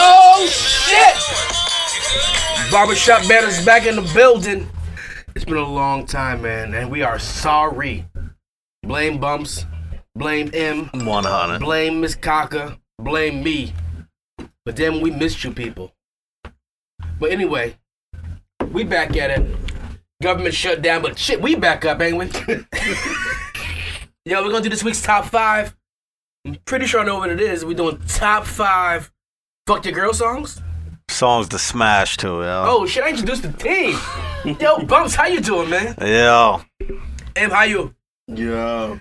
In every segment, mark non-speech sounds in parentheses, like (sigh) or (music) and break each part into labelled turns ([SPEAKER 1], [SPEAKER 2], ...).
[SPEAKER 1] Oh shit! Barbershop Banner's back in the building. It's been a long time, man, and we are sorry. Blame Bumps, blame M,
[SPEAKER 2] One hundred.
[SPEAKER 1] blame Miss Cocker, blame me. But then we missed you people. But anyway, we back at it. Government shut down, but shit, we back up, ain't we? (laughs) Yo, we're gonna do this week's top five. I'm pretty sure I know what it is. We're doing top five fuck your girl songs.
[SPEAKER 2] Songs to smash to, yo.
[SPEAKER 1] Oh shit, I introduced the team. Yo, Bumps, how you doing, man?
[SPEAKER 2] Yo.
[SPEAKER 1] M, how you?
[SPEAKER 3] Yo.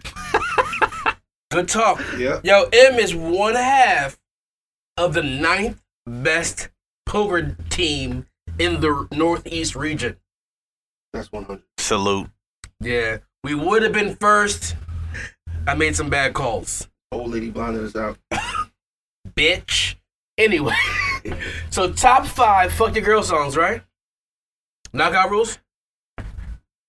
[SPEAKER 1] Good talk.
[SPEAKER 3] Yep.
[SPEAKER 1] Yo, M is one half of the ninth best poker team in the Northeast region.
[SPEAKER 3] That's 100.
[SPEAKER 2] Salute.
[SPEAKER 1] Yeah, we would have been first. I made some bad calls,
[SPEAKER 3] Old lady blinded us out.
[SPEAKER 1] (laughs) bitch. Anyway, (laughs) so top five fuck your girl songs, right? Knockout rules.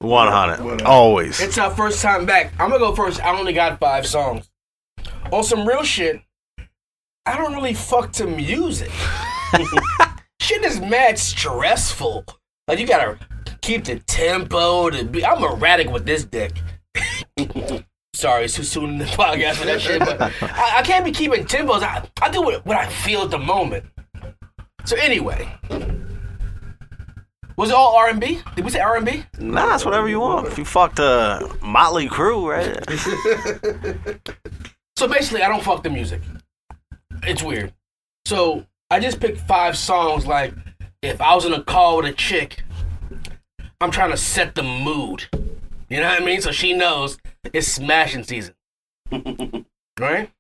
[SPEAKER 2] One hundred.
[SPEAKER 3] 100.
[SPEAKER 2] Always.
[SPEAKER 1] It's our first time back. I'm gonna go first. I only got five songs. On some real shit, I don't really fuck to music. (laughs) shit is mad stressful. Like you gotta keep the tempo. To be, I'm erratic with this dick. (laughs) Sorry, it's too soon in the podcast for that shit, but I, I can't be keeping tempos. I, I do what, what I feel at the moment. So anyway, was it all R and B? Did we say R and B?
[SPEAKER 2] Nah, it's whatever you want. If you fucked a Motley Crew, right?
[SPEAKER 1] So basically, I don't fuck the music. It's weird. So I just picked five songs. Like, if I was in a call with a chick, I'm trying to set the mood. You know what I mean? So she knows it's smashing
[SPEAKER 3] (laughs)
[SPEAKER 1] season. right?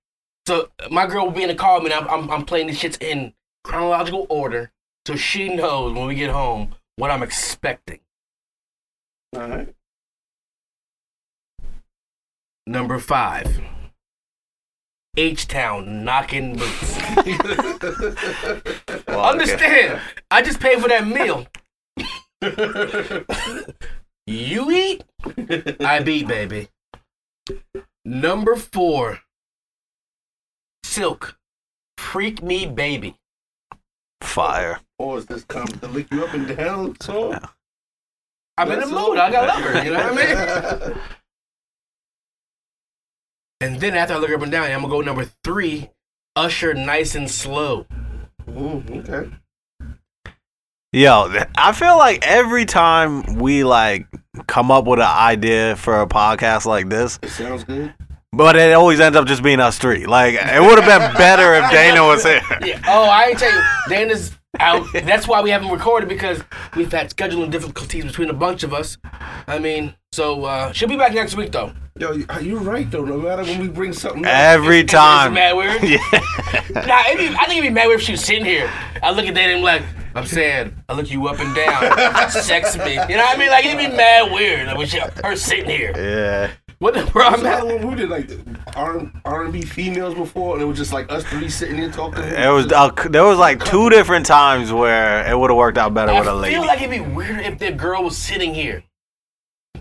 [SPEAKER 1] So my girl will be in the car with me, and I'm, I'm, I'm playing these shits in chronological order. So she knows when we get home what I'm expecting.
[SPEAKER 3] All right.
[SPEAKER 1] Number five H Town knocking boots. (laughs)
[SPEAKER 2] Well,
[SPEAKER 1] Understand? I just paid for that meal. you eat, I be baby. Number four, Silk, freak me, baby.
[SPEAKER 2] Fire.
[SPEAKER 3] Or is this coming to lick you up and down?
[SPEAKER 2] (laughs)
[SPEAKER 3] So,
[SPEAKER 1] I'm in the mood. I got lover. You know what I mean?
[SPEAKER 3] (laughs) mean?
[SPEAKER 1] And then after I look up and down, I'm gonna go number three, Usher, nice and slow.
[SPEAKER 3] Ooh, Mm, okay.
[SPEAKER 2] Yo, th- I feel like every time we like come up with an idea for a podcast like this,
[SPEAKER 3] It sounds good.
[SPEAKER 2] but it always ends up just being us three. Like it would have been better if Dana was here.
[SPEAKER 1] Yeah. Oh, I ain't tell you. Dana's out. That's why we haven't recorded because we've had scheduling difficulties between a bunch of us. I mean, so uh, she'll be back next week though.
[SPEAKER 3] Yo, you- you're right, though. No matter when we bring something up.
[SPEAKER 2] Every
[SPEAKER 1] It's- it's
[SPEAKER 2] time.
[SPEAKER 1] mad weird.
[SPEAKER 2] (laughs) Yeah.
[SPEAKER 1] Nah, it'd be, I think it'd be mad weird if she was sitting here. I look at Dana and I'm like, I'm sad. I look you up and down. Sex me. You know what I mean? Like it'd be mad weird like, with she, her sitting here.
[SPEAKER 2] Yeah.
[SPEAKER 1] What the bro? I'm
[SPEAKER 3] Remember
[SPEAKER 1] at?
[SPEAKER 3] when we did like R R and B females before, and it was just like us three sitting there talking.
[SPEAKER 2] It was uh, there was like two different times where it would have worked out better with a
[SPEAKER 1] I
[SPEAKER 2] lady.
[SPEAKER 1] feel like it'd be weird if the girl was sitting here.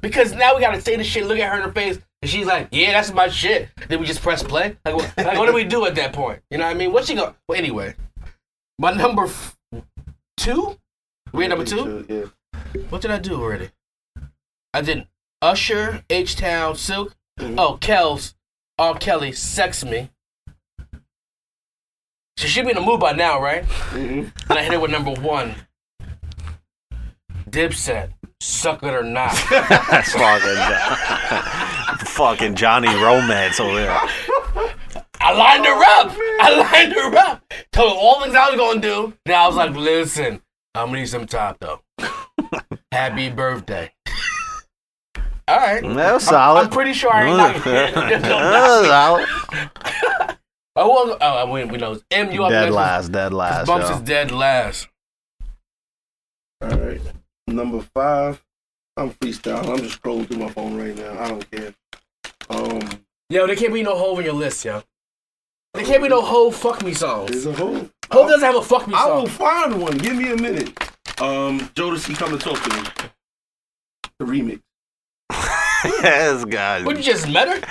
[SPEAKER 1] Because now we gotta say this shit, look at her in her face, and she's like, "Yeah, that's my shit." Then we just press play. Like, what, like, what do we do at that point? You know what I mean? What she go? Well, anyway, my number f- two. We at number two.
[SPEAKER 3] Yeah.
[SPEAKER 1] What did I do already? I did Usher, H Town, Silk. Oh, Kels, R. Kelly, Sex Me. She should be in the mood by now, right?
[SPEAKER 3] Mhm.
[SPEAKER 1] And I hit it with number one. Dipset, suck it or not.
[SPEAKER 2] That's fucking (laughs) fucking Johnny Romance over there.
[SPEAKER 1] I lined her up. I lined her up. Told her all the things I was gonna do. Then I was like, listen, I'm gonna need some time though. Happy birthday. all right.
[SPEAKER 2] That was
[SPEAKER 1] I'm
[SPEAKER 2] solid.
[SPEAKER 1] pretty sure I ain't knocking it.
[SPEAKER 2] (laughs) that
[SPEAKER 3] (laughs)
[SPEAKER 1] No, no.
[SPEAKER 2] was solid.
[SPEAKER 1] Oh, well, oh, we, we know. it's M, you up
[SPEAKER 2] Dead
[SPEAKER 1] next?
[SPEAKER 2] last, dead last.
[SPEAKER 1] Bumps
[SPEAKER 2] yo. (laughs)
[SPEAKER 1] is dead last.
[SPEAKER 3] All right. Number five. I'm freestyle. I'm just scrolling through my phone right now. I don't care. Um,
[SPEAKER 1] Yo, there can't be no hole in your list, yo. There can't be no whole fuck me songs.
[SPEAKER 3] there's a whole.
[SPEAKER 1] Hope doesn't have a fuck me
[SPEAKER 3] I will
[SPEAKER 1] song.
[SPEAKER 3] find one. Give me a minute. Um, Jodeci, come and talk to me. The remix.
[SPEAKER 2] this guy.
[SPEAKER 1] Would you just met her?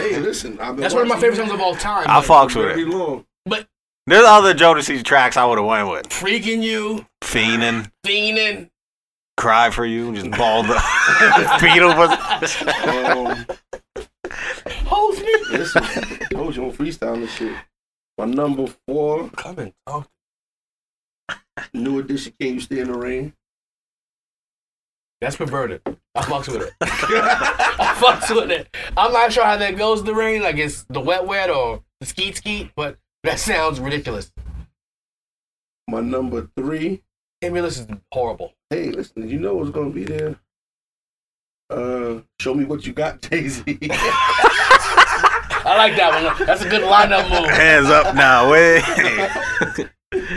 [SPEAKER 3] Hey, listen, I've been
[SPEAKER 1] That's one of my
[SPEAKER 3] watching
[SPEAKER 1] favorite songs of all time.
[SPEAKER 2] I
[SPEAKER 1] like,
[SPEAKER 2] fucks
[SPEAKER 3] you
[SPEAKER 2] with
[SPEAKER 3] Very
[SPEAKER 2] it.
[SPEAKER 3] long.
[SPEAKER 2] There's other Jodeci tracks I would have went with.
[SPEAKER 1] Freaking you,
[SPEAKER 2] Fiendin',
[SPEAKER 1] fiending.
[SPEAKER 2] Cry for You, just balled
[SPEAKER 1] (laughs)
[SPEAKER 2] up. Beetle was.
[SPEAKER 3] Um,
[SPEAKER 1] Hold me.
[SPEAKER 3] listen, I told you I'm freestyling this shit. My number four,
[SPEAKER 1] Come and talk.
[SPEAKER 3] new edition, Can You Stay in the Rain?
[SPEAKER 1] That's perverted. I fucks with it. (laughs) I fucks with it. I'm not sure how that goes in the rain, like it's the wet wet or the skeet skeet, but that sounds ridiculous.
[SPEAKER 3] My number three,
[SPEAKER 1] Emulous is horrible.
[SPEAKER 3] hey, listen, you know what's gonna be there. Uh, show me what you got, (laughs) Jay Z.
[SPEAKER 1] I like that one. That's a good lineup move.
[SPEAKER 2] Hands up now,
[SPEAKER 1] (laughs)
[SPEAKER 2] wait.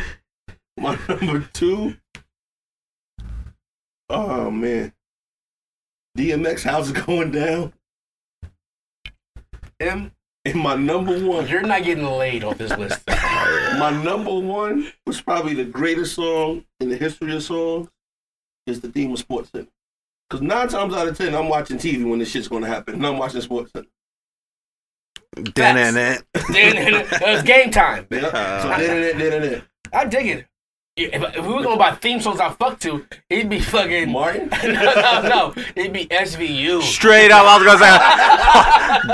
[SPEAKER 3] My number two. Oh man. DMX, how's it (laughs) going down?
[SPEAKER 1] Em,
[SPEAKER 3] And my number one,
[SPEAKER 1] you're not getting laid off this list.
[SPEAKER 3] my number one was probably the greatest song in the history of songs is the theme of Sports Center. Cause nine times out of ten, I'm watching TV when this shit's gonna happen, and I'm watching Sports Center.
[SPEAKER 2] Then it.
[SPEAKER 1] (laughs) then it's game time.
[SPEAKER 3] Yeah. so then, then, then, then,
[SPEAKER 1] I dig it. If, if we were going by theme songs I fuck to, it'd be fucking. (laughs)
[SPEAKER 3] then. Martin.
[SPEAKER 1] no, no, no. It'd be SVU.
[SPEAKER 2] Straight up, I was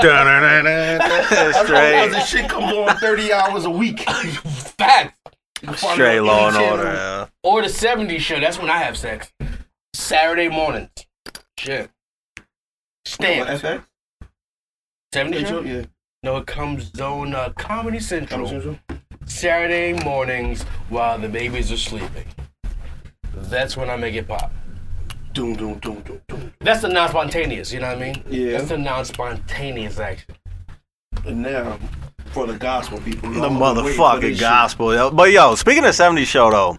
[SPEAKER 1] (laughs)
[SPEAKER 2] gonna say. Dun-dun-dun-dun.
[SPEAKER 3] Otherwise,
[SPEAKER 2] (laughs) Straight,
[SPEAKER 3] this shit comes on 30 hours
[SPEAKER 1] (laughs)
[SPEAKER 3] a week.
[SPEAKER 1] Fact.
[SPEAKER 2] straight Law and Order.
[SPEAKER 1] Or the 70s show. That's when I have sex. Saturday mornings. Shit. Stamped.
[SPEAKER 3] FX?
[SPEAKER 1] 70s show?
[SPEAKER 3] Yeah.
[SPEAKER 1] No, it comes on uh, Comedy
[SPEAKER 3] Comedy
[SPEAKER 1] Central.
[SPEAKER 3] Central?
[SPEAKER 1] Saturday mornings while the babies are sleeping. That's when I make it pop.
[SPEAKER 3] Doom, doom, doom, doom, doom.
[SPEAKER 1] That's the non spontaneous, you know what I mean?
[SPEAKER 3] Yeah.
[SPEAKER 1] That's the non spontaneous action.
[SPEAKER 3] And now for the gospel people.
[SPEAKER 2] The motherfucking gospel. yo. But yo, speaking of 70s show though,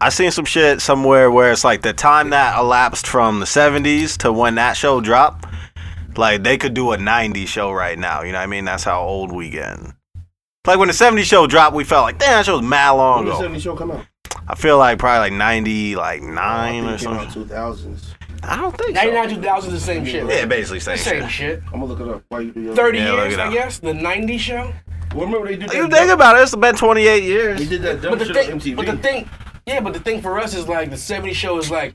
[SPEAKER 2] I seen some shit somewhere where it's like the time that elapsed from the 70s to when that show dropped, like they could do a 90s show right now. You know what I mean? That's how old we getting. Like when the 70s show dropped, we felt like, damn, that show was mad long
[SPEAKER 3] When did
[SPEAKER 2] ago.
[SPEAKER 3] Seventy Show come out?
[SPEAKER 2] I feel like probably like 90, like 9
[SPEAKER 3] Oh, I
[SPEAKER 2] or
[SPEAKER 3] think it came out
[SPEAKER 2] something.
[SPEAKER 3] two thousands.
[SPEAKER 2] I don't think so.
[SPEAKER 1] 99 2000 is the same shit.
[SPEAKER 2] Yeah, basically same
[SPEAKER 1] Same
[SPEAKER 2] shit.
[SPEAKER 1] shit.
[SPEAKER 3] I'm gonna look it up. Why you do your
[SPEAKER 1] 30
[SPEAKER 2] Yeah, look
[SPEAKER 1] years,
[SPEAKER 2] it
[SPEAKER 1] I
[SPEAKER 2] up.
[SPEAKER 1] guess. The 90s show.
[SPEAKER 3] Well, remember they did
[SPEAKER 2] You
[SPEAKER 3] that.
[SPEAKER 2] think about it, it's been 28 years.
[SPEAKER 3] they did that dumb
[SPEAKER 1] But the
[SPEAKER 3] shit on
[SPEAKER 1] thing,
[SPEAKER 3] MTV.
[SPEAKER 1] but the thing, yeah, but the thing for us is like the '70s show is like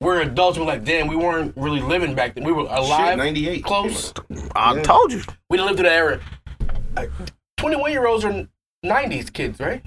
[SPEAKER 1] we're adults. We're like, damn, we weren't really living back then. We were
[SPEAKER 3] shit,
[SPEAKER 1] alive,
[SPEAKER 3] ninety eight.
[SPEAKER 1] close.
[SPEAKER 2] I
[SPEAKER 3] Yeah.
[SPEAKER 2] told you.
[SPEAKER 1] We didn't live through that era. Twenty-one year olds are '90s kids, right?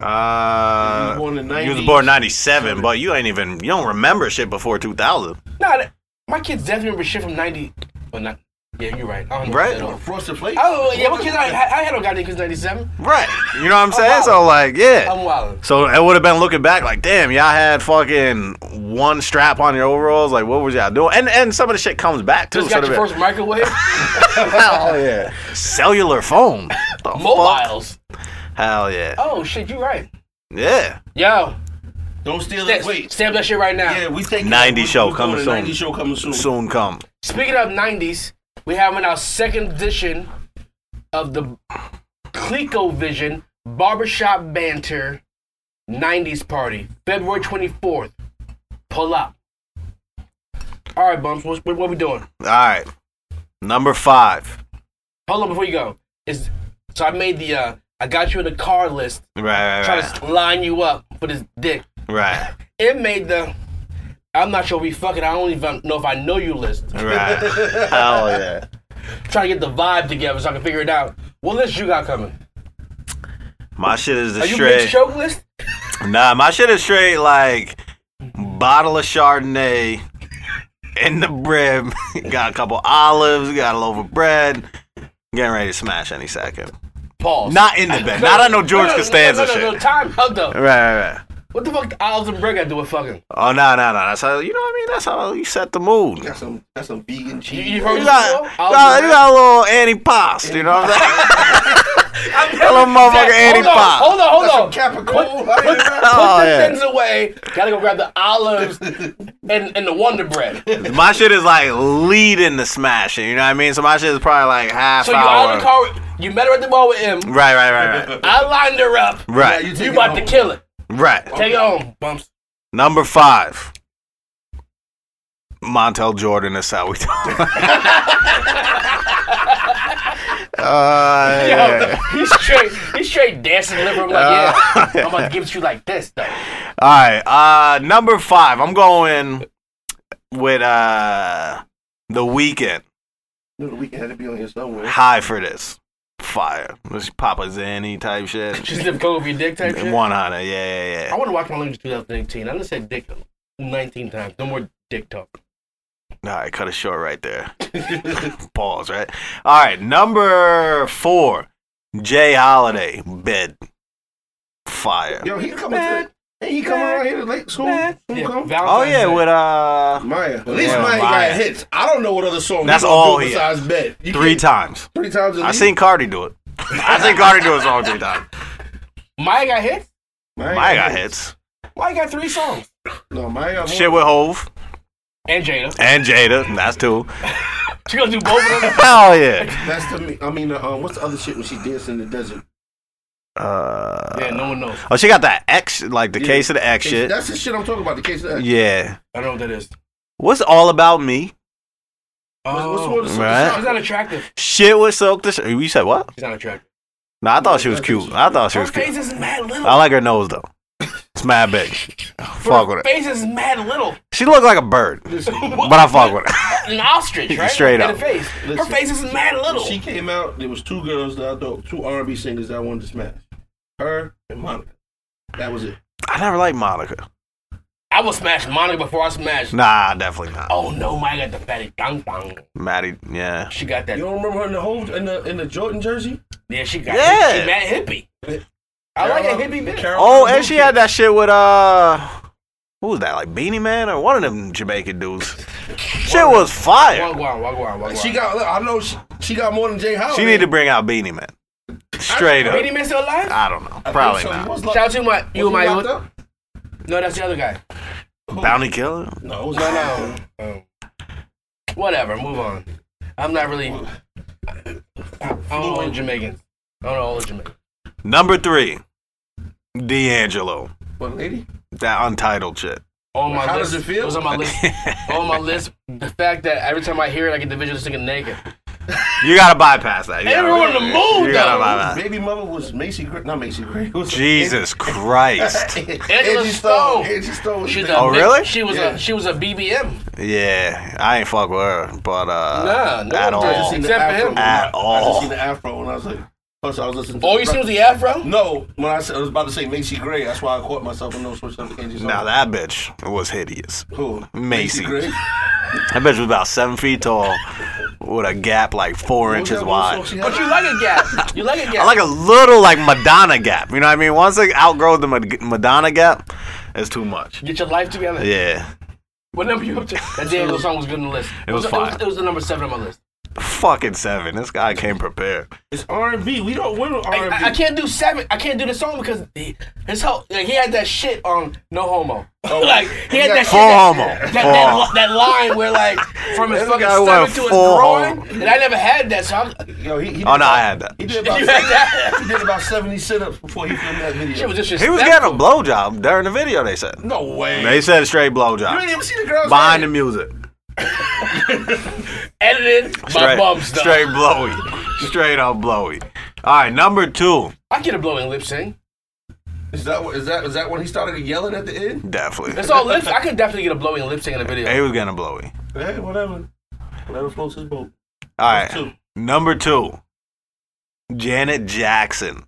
[SPEAKER 2] Uh,
[SPEAKER 3] You was born in
[SPEAKER 2] You was
[SPEAKER 3] 90s.
[SPEAKER 2] born '97, but you ain't even you don't remember shit before 2000,
[SPEAKER 1] Nah, that- my kids definitely remember shit from '90. But not. Yeah, you're right. I don't know
[SPEAKER 2] Right.
[SPEAKER 1] that old.
[SPEAKER 3] Frosted Flakes.
[SPEAKER 1] Oh yeah, my kids. I, I had no goddamn kids '97.
[SPEAKER 2] right? You know what I'm saying?
[SPEAKER 1] Oh, wow. Oh.
[SPEAKER 2] So like, yeah.
[SPEAKER 1] I'm wilding.
[SPEAKER 2] So it would have been looking back like, damn, y'all had fucking one strap on your overalls. Like, what was y'all doing? And and some of the shit comes back too.
[SPEAKER 1] Just
[SPEAKER 2] so
[SPEAKER 1] got your
[SPEAKER 2] the-
[SPEAKER 1] first
[SPEAKER 3] (laughs)
[SPEAKER 1] microwave,
[SPEAKER 2] hell yeah, cellular phone, (laughs) The fuck?
[SPEAKER 1] mobiles.
[SPEAKER 2] Hell yeah,
[SPEAKER 1] Oh shit, you're right.
[SPEAKER 2] yeah.
[SPEAKER 1] Yo,
[SPEAKER 3] Don't steal
[SPEAKER 1] sta-
[SPEAKER 3] it. Wait.
[SPEAKER 1] stamp that shit right now.
[SPEAKER 3] Yeah, we think
[SPEAKER 2] 90 show coming soon.
[SPEAKER 3] Ninety show coming soon.
[SPEAKER 2] Soon come.
[SPEAKER 1] Speaking of '90s, we have in our second edition of the ClicoVision Barbershop Banter '90s Party, February 24th. Pull up. All right, bumps. What, what, what we doing?
[SPEAKER 2] All right, number five.
[SPEAKER 1] Hold on before you go. Is so I made the uh, I got you in the car list,
[SPEAKER 2] Right,
[SPEAKER 1] trying
[SPEAKER 2] right,
[SPEAKER 1] to line you up for this dick.
[SPEAKER 2] right,
[SPEAKER 1] It made the. I'm not sure we fucking. I don't even know if I know you list. (laughs)
[SPEAKER 2] right, right. Hell yeah.
[SPEAKER 1] Trying to get the vibe together so I can figure it out. What list you got coming?
[SPEAKER 2] My shit is the
[SPEAKER 1] Are you
[SPEAKER 2] straight.
[SPEAKER 1] big choke list?
[SPEAKER 2] Nah, my shit is straight like bottle of Chardonnay in the brim. (laughs) got a couple olives, got a loaf of bread. Getting ready to smash any second.
[SPEAKER 1] Pause.
[SPEAKER 2] Not in the bed. Not on no George Costanza shit.
[SPEAKER 1] time out though.
[SPEAKER 2] Right, right, right.
[SPEAKER 1] What the fuck did Olives and Bread got to do with fucking?
[SPEAKER 2] Oh no, no, no. That's how you know what I mean. That's how you set the mood. You
[SPEAKER 3] Got some. Got some vegan cheese.
[SPEAKER 1] you heard-
[SPEAKER 2] got, you got, you got a little antipasto. You know what I'm saying? Hello, motherfucker,
[SPEAKER 1] Hold on,
[SPEAKER 2] antipasto.
[SPEAKER 1] hold on,
[SPEAKER 3] Some
[SPEAKER 1] hold on.
[SPEAKER 3] Capricorn.
[SPEAKER 2] Oh,
[SPEAKER 1] Put the
[SPEAKER 2] yeah.
[SPEAKER 1] things away. Gotta go grab the olives and, and the Wonder Bread.
[SPEAKER 2] (laughs) My shit is like leading the smashing. You know what I mean? So my shit is probably like half
[SPEAKER 1] So you
[SPEAKER 2] hour.
[SPEAKER 1] out of the car. with- You met her at the bar with him. (laughs)
[SPEAKER 2] Right, right, right, right,
[SPEAKER 1] I lined her up.
[SPEAKER 2] right.
[SPEAKER 3] Yeah,
[SPEAKER 1] You
[SPEAKER 3] Take it
[SPEAKER 1] about to
[SPEAKER 3] home.
[SPEAKER 1] kill it.
[SPEAKER 2] Right.
[SPEAKER 1] Take it home, bumps.
[SPEAKER 2] Number five. Montel Jordan is how we
[SPEAKER 1] (laughs)
[SPEAKER 2] talk. uh,
[SPEAKER 1] Yo, (laughs) he's straight. He's straight dancing in the living room like,
[SPEAKER 2] Uh,
[SPEAKER 1] yeah. I'm about to give it to you like this though.
[SPEAKER 2] All right. Uh, number five. I'm going with uh the weekend.
[SPEAKER 3] (laughs) You know, the weekend had to be on here
[SPEAKER 2] (laughs)
[SPEAKER 3] somewhere.
[SPEAKER 2] High for this. Fire. This Papa Zanny type shit.
[SPEAKER 1] She's just go over your dick (laughs) type shit.
[SPEAKER 2] One hundred. Yeah, yeah,
[SPEAKER 1] I
[SPEAKER 2] yeah.
[SPEAKER 1] want to watch my language 2018. I done said dick 19 times. No more dick talk.
[SPEAKER 2] All right. Cut it short right there. Pause. Right. All right. Number four. Jay Holiday. Bed. Fire.
[SPEAKER 3] Yo, he coming to the, he coming around here like soon. soon
[SPEAKER 1] Yeah,
[SPEAKER 3] come.
[SPEAKER 1] Valentine's
[SPEAKER 2] Oh yeah.
[SPEAKER 1] Day.
[SPEAKER 2] With uh
[SPEAKER 3] Maya. At least
[SPEAKER 2] Yeah,
[SPEAKER 3] Maya
[SPEAKER 2] Maya.
[SPEAKER 3] got hits. I don't know what other song
[SPEAKER 2] That's
[SPEAKER 3] he gonna
[SPEAKER 2] all
[SPEAKER 3] do
[SPEAKER 2] he-
[SPEAKER 3] besides bet. You
[SPEAKER 2] three
[SPEAKER 3] can't-
[SPEAKER 2] times.
[SPEAKER 3] three times. at
[SPEAKER 2] I
[SPEAKER 3] least.
[SPEAKER 2] seen Cardi do it. I seen Cardi do a song three times.
[SPEAKER 1] Maya got hit.
[SPEAKER 3] Maya,
[SPEAKER 2] I got hits.
[SPEAKER 1] Maya got three songs.
[SPEAKER 3] No, Maya got
[SPEAKER 2] Shit with Hove
[SPEAKER 1] And Jada.
[SPEAKER 2] and Jada. That's two.
[SPEAKER 1] She gonna do both of
[SPEAKER 2] (laughs)
[SPEAKER 1] them.
[SPEAKER 2] Hell yeah.
[SPEAKER 3] That's the. me- I mean, uh, um, what's the other shit when she danced in the desert?
[SPEAKER 2] Uh,
[SPEAKER 1] yeah, no one knows.
[SPEAKER 2] oh, she got that X, like the
[SPEAKER 3] Yeah.
[SPEAKER 2] case of the X shit.
[SPEAKER 3] That's the shit I'm talking about. The case of that.
[SPEAKER 2] Yeah.
[SPEAKER 1] I don't know what that is.
[SPEAKER 2] What's all about me?
[SPEAKER 3] What's, what's,
[SPEAKER 1] Oh,
[SPEAKER 3] what's, what's,
[SPEAKER 2] Right.
[SPEAKER 1] she's not attractive.
[SPEAKER 2] Shit was soaked. This you said what?
[SPEAKER 1] She's not attractive.
[SPEAKER 2] No, I thought she was cute. I thought she
[SPEAKER 1] Her
[SPEAKER 2] was
[SPEAKER 1] face
[SPEAKER 2] cute.
[SPEAKER 1] is mad little.
[SPEAKER 2] I like her nose though. It's mad big. Fuck
[SPEAKER 1] her
[SPEAKER 2] with it.
[SPEAKER 1] face is mad little.
[SPEAKER 2] She looked like a bird, but I fuck with
[SPEAKER 1] (laughs)
[SPEAKER 2] her. (laughs)
[SPEAKER 1] an ostrich, right?
[SPEAKER 2] Straight
[SPEAKER 1] In
[SPEAKER 2] up.
[SPEAKER 1] the face. Her
[SPEAKER 3] Listen.
[SPEAKER 1] face is mad little.
[SPEAKER 3] She came out. There was two girls that I thought, two R&B singers that I wanted to smash. Her and Monica. That was it.
[SPEAKER 2] I never liked Monica.
[SPEAKER 1] I would smash Monica before I smashed.
[SPEAKER 2] Nah, definitely not.
[SPEAKER 1] Oh no, Maya got the fatty dong dong.
[SPEAKER 2] Maddie, yeah.
[SPEAKER 1] She got that.
[SPEAKER 3] You don't remember her in the whole in the in the Jordan jersey?
[SPEAKER 1] Yeah, she got.
[SPEAKER 2] Yeah.
[SPEAKER 1] She mad hippie. I like a hippie bitch.
[SPEAKER 2] Oh, and she had that shit with uh, who was that? Like Beanie Man or one of them Jamaican dudes. Shit was fire.
[SPEAKER 1] Walk around, walk around, walk around.
[SPEAKER 3] She got. I know she, she got more than Jay Holiday.
[SPEAKER 2] She need to bring out Beanie Man. Straight up. Ah.
[SPEAKER 1] Beanie Man still alive?
[SPEAKER 2] I don't know. Probably not.
[SPEAKER 1] Shout out to my you
[SPEAKER 3] You
[SPEAKER 1] and my
[SPEAKER 3] Oh, locked up?
[SPEAKER 1] no, that's the other guy.
[SPEAKER 2] Bounty Killer.
[SPEAKER 3] No, it was
[SPEAKER 1] No,
[SPEAKER 3] not out.
[SPEAKER 1] no. Um, whatever, move on. I'm not really. I, I don't know all the Jamaicans. I don't know all the Jamaicans.
[SPEAKER 2] Number three, D'Angelo.
[SPEAKER 3] What lady?
[SPEAKER 2] That untitled shit.
[SPEAKER 1] On my
[SPEAKER 3] How
[SPEAKER 1] list,
[SPEAKER 3] does it feel?
[SPEAKER 1] was on my list. on my list, the fact that every time I hear it, I get the visual of this nigga naked.
[SPEAKER 2] You gotta bypass that. You gotta-
[SPEAKER 1] Everyone in the mood,
[SPEAKER 2] You gotta
[SPEAKER 1] though.
[SPEAKER 2] bypass. that.
[SPEAKER 3] Baby mother was Macy Gray. Not Macy Gray. It was-
[SPEAKER 2] Jesus
[SPEAKER 1] (laughs)
[SPEAKER 2] Christ.
[SPEAKER 3] Angie
[SPEAKER 1] Stone.
[SPEAKER 3] Stone. Angie Stone. was
[SPEAKER 1] She's
[SPEAKER 3] the-
[SPEAKER 1] a
[SPEAKER 2] Oh,
[SPEAKER 1] big-
[SPEAKER 2] really?
[SPEAKER 1] She was
[SPEAKER 3] Yeah.
[SPEAKER 1] a she was a BBM.
[SPEAKER 2] Yeah, I ain't fuck with her, but
[SPEAKER 1] Nah,
[SPEAKER 2] uh,
[SPEAKER 1] no one
[SPEAKER 2] at
[SPEAKER 3] I just
[SPEAKER 2] all.
[SPEAKER 1] does.
[SPEAKER 3] seen the
[SPEAKER 1] Except for
[SPEAKER 3] afro.
[SPEAKER 1] him.
[SPEAKER 2] At
[SPEAKER 3] I
[SPEAKER 2] all.
[SPEAKER 3] just seen the afro and I was like, plus I was listening to
[SPEAKER 1] Oh, you see was the afro?
[SPEAKER 3] No, when I, said, I was about to say Macy Gray, that's why I caught myself and no switch up to Angie Stone.
[SPEAKER 2] Now that bitch was hideous.
[SPEAKER 3] Who?
[SPEAKER 2] Macy.
[SPEAKER 3] Gray.
[SPEAKER 2] That bitch was about seven feet tall, with a gap like four
[SPEAKER 3] What was
[SPEAKER 2] inches
[SPEAKER 3] that one song
[SPEAKER 2] wide.
[SPEAKER 3] she had?
[SPEAKER 1] But you like a gap. You like a gap.
[SPEAKER 2] I like a little like Madonna gap. You know what I mean? Once I outgrow the Mad- Madonna gap, it's too much.
[SPEAKER 1] Get your life together.
[SPEAKER 2] Yeah.
[SPEAKER 1] What number you up to? That D'Angelo song was good on the list.
[SPEAKER 2] It was
[SPEAKER 1] it was,
[SPEAKER 2] fire.
[SPEAKER 1] it was the number seven on my list.
[SPEAKER 2] Fucking seven. This guy came prepared.
[SPEAKER 3] It's R&B. We don't win with
[SPEAKER 1] I,
[SPEAKER 3] R&B.
[SPEAKER 1] I- I can't do seven. I can't do the song because he, his whole like, he had that shit on No Homo. (laughs) like he had that
[SPEAKER 2] Full
[SPEAKER 1] shit. that-
[SPEAKER 2] homo.
[SPEAKER 1] That,
[SPEAKER 2] Full
[SPEAKER 1] that,
[SPEAKER 2] homo.
[SPEAKER 1] li- that line where like from his
[SPEAKER 2] This
[SPEAKER 1] fucking
[SPEAKER 2] guy went
[SPEAKER 1] stomach to his
[SPEAKER 2] full
[SPEAKER 1] groin,
[SPEAKER 2] homo.
[SPEAKER 1] and I never had that. So I'm, (laughs)
[SPEAKER 3] Yo, he, he did
[SPEAKER 2] Oh no,
[SPEAKER 3] about-
[SPEAKER 2] I had that.
[SPEAKER 3] He did about,
[SPEAKER 1] You had that?
[SPEAKER 3] he did about 70 sit-ups before he filmed that video.
[SPEAKER 1] shit was just
[SPEAKER 2] He was getting a blowjob during the video. They said.
[SPEAKER 3] no way.
[SPEAKER 2] They said straight
[SPEAKER 3] You didn't
[SPEAKER 2] blowjob
[SPEAKER 3] even see the girls.
[SPEAKER 2] behind the music.
[SPEAKER 1] edited by
[SPEAKER 2] Straight,
[SPEAKER 1] bumps. Though.
[SPEAKER 2] straight blowy, straight up blowy. All right, number two,
[SPEAKER 1] I get a blowing lip sync.
[SPEAKER 3] Is that what- is that is that when he started yelling at the end?
[SPEAKER 2] definitely.
[SPEAKER 1] It's all lips. I could definitely get a blowing lip sync in a video.
[SPEAKER 2] He was getting blowy.
[SPEAKER 3] Hey, whatever. Whatever floats his boat.
[SPEAKER 2] All
[SPEAKER 3] Two.
[SPEAKER 2] right, number two, Janet Jackson.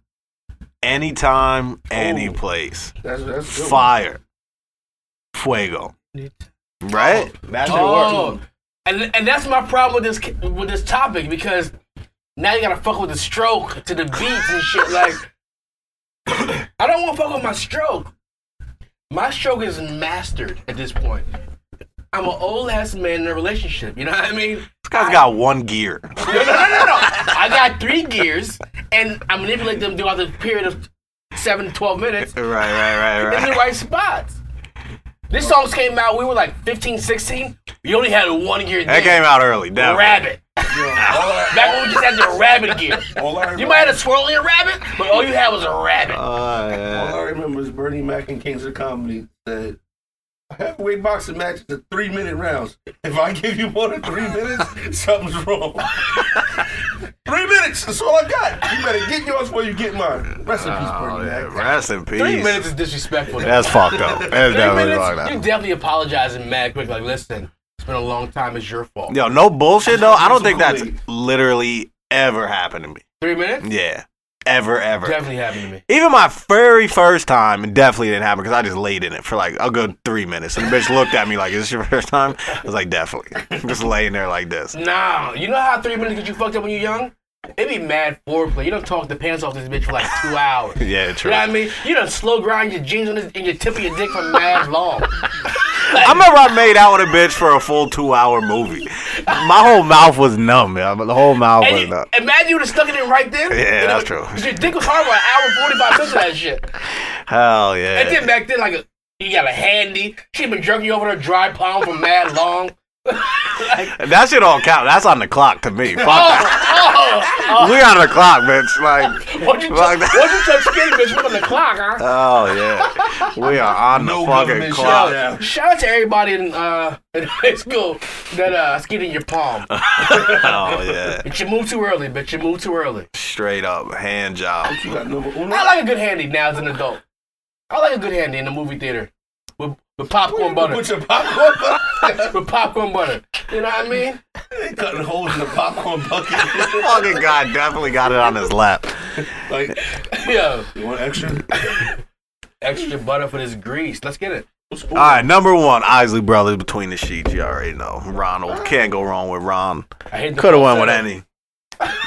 [SPEAKER 2] Anytime,
[SPEAKER 1] Oh.
[SPEAKER 2] any place,
[SPEAKER 3] That's that's good.
[SPEAKER 2] fire, fuego. Right? That shit worked.
[SPEAKER 1] Oh, and and that's my problem with this with this topic because now you gotta fuck with the stroke to the beats and shit. Like, (coughs) I don't want to fuck with my stroke. My stroke is mastered at this point. I'm an old ass man in a relationship. You know what I mean? (laughs)
[SPEAKER 2] This guy's got one gear. (laughs)
[SPEAKER 1] No, no, no, no, no. I got three gears, and I manipulate them throughout the period of seven to twelve minutes
[SPEAKER 2] Right, right, right,
[SPEAKER 1] in the
[SPEAKER 2] right.
[SPEAKER 1] right spots. This songs came out. We were like 15, 16. We only had one gear. then.
[SPEAKER 2] That came out early, definitely.
[SPEAKER 1] Rabbit.
[SPEAKER 3] Yo,
[SPEAKER 1] (laughs) Back when we just had the rabbit gear.
[SPEAKER 3] All I
[SPEAKER 1] You might have swirled a rabbit, but all you had was a rabbit.
[SPEAKER 2] Oh,
[SPEAKER 3] All I
[SPEAKER 2] yeah.
[SPEAKER 3] remember is Bernie Mac and Kings of Comedy said, halfway boxing matches are three minute rounds. If I give you more than
[SPEAKER 2] (laughs)
[SPEAKER 3] three minutes, something's wrong. (laughs) three minutes, that's all I got. You better get yours before you get mine. Rest in peace,
[SPEAKER 2] Oh,
[SPEAKER 3] Bernie
[SPEAKER 2] yeah.
[SPEAKER 3] Mac.
[SPEAKER 2] Rest in peace.
[SPEAKER 1] Three minutes is disrespectful.
[SPEAKER 2] That's fucked up. That's
[SPEAKER 1] Three
[SPEAKER 2] definitely
[SPEAKER 1] minutes,
[SPEAKER 2] fucked
[SPEAKER 1] you
[SPEAKER 2] up.
[SPEAKER 1] definitely apologizing mad quick. Like, listen, it's been a long time. It's your fault.
[SPEAKER 2] Yo, no bullshit though. I don't think that's
[SPEAKER 3] Absolutely.
[SPEAKER 2] literally ever happened to me.
[SPEAKER 1] Three minutes
[SPEAKER 2] Yeah, ever, ever.
[SPEAKER 1] definitely happened to me.
[SPEAKER 2] Even my very first time, it definitely didn't happen because I just laid in it for like a good three minutes. And the bitch looked at me like, "Is this your (laughs) first time?" I was like, "Definitely." (laughs) just laying there like this.
[SPEAKER 1] Nah, you know how three minutes get you fucked up when you're young? It be mad foreplay. You don't talk the pants off this bitch for like
[SPEAKER 2] (laughs)
[SPEAKER 1] two hours.
[SPEAKER 2] Yeah,
[SPEAKER 1] You
[SPEAKER 2] true.
[SPEAKER 1] know what I mean? You done slow grind your jeans on this, and your tip of your dick for mad long.
[SPEAKER 2] I remember I made out with a bitch for a full two-hour movie. My whole mouth was numb. Yeah, the whole mouth
[SPEAKER 1] And
[SPEAKER 2] was
[SPEAKER 1] you,
[SPEAKER 2] numb.
[SPEAKER 1] imagine you would have stuck it in right then.
[SPEAKER 2] Yeah,
[SPEAKER 1] You know,
[SPEAKER 2] that's true.
[SPEAKER 1] 'cause Your dick was hard for an hour and 45 minutes of that
[SPEAKER 2] (laughs)
[SPEAKER 1] shit.
[SPEAKER 2] Hell yeah.
[SPEAKER 1] And then back then, like, a, you got a handy. She been jerking you over her dry palm for mad long. (laughs) like,
[SPEAKER 2] That shit don't count. That's on the clock
[SPEAKER 1] (laughs)
[SPEAKER 2] to me. Fuck that.
[SPEAKER 1] oh, oh,
[SPEAKER 2] We on the clock, bitch. Like,
[SPEAKER 1] oh. What'd you,
[SPEAKER 2] Fuck
[SPEAKER 1] touch,
[SPEAKER 2] that.
[SPEAKER 1] what'd you touch skinny bitch? Look on the clock, huh?
[SPEAKER 2] oh yeah, we are on the
[SPEAKER 3] No
[SPEAKER 2] fucking
[SPEAKER 3] government
[SPEAKER 2] clock.
[SPEAKER 3] shutdown.
[SPEAKER 1] Yo, shout out to everybody in uh (laughs) in high school that uh skied in your
[SPEAKER 2] (laughs)
[SPEAKER 1] palm.
[SPEAKER 2] Oh yeah,
[SPEAKER 1] But you moved too early, bitch. You moved too early.
[SPEAKER 2] straight up hand job.
[SPEAKER 3] You got number uno?
[SPEAKER 1] I like a good handy now as an adult. I like a good handy in the movie theater with with popcorn butter.
[SPEAKER 3] Put your popcorn
[SPEAKER 1] (laughs)
[SPEAKER 3] bucket.
[SPEAKER 1] With popcorn butter. You know what I mean?
[SPEAKER 3] they cutting holes in the popcorn bucket. (laughs)
[SPEAKER 2] Fucking guy definitely got it on his lap.
[SPEAKER 3] like,
[SPEAKER 1] Yo,
[SPEAKER 3] you want extra?
[SPEAKER 1] extra butter for this grease. Let's get it.
[SPEAKER 3] What's
[SPEAKER 2] All right, number one, Isley Brothers between the sheets. You already know. Ronald can't go wrong with Ron.
[SPEAKER 1] I hate the
[SPEAKER 2] Could have won with
[SPEAKER 1] falsetto.
[SPEAKER 2] any.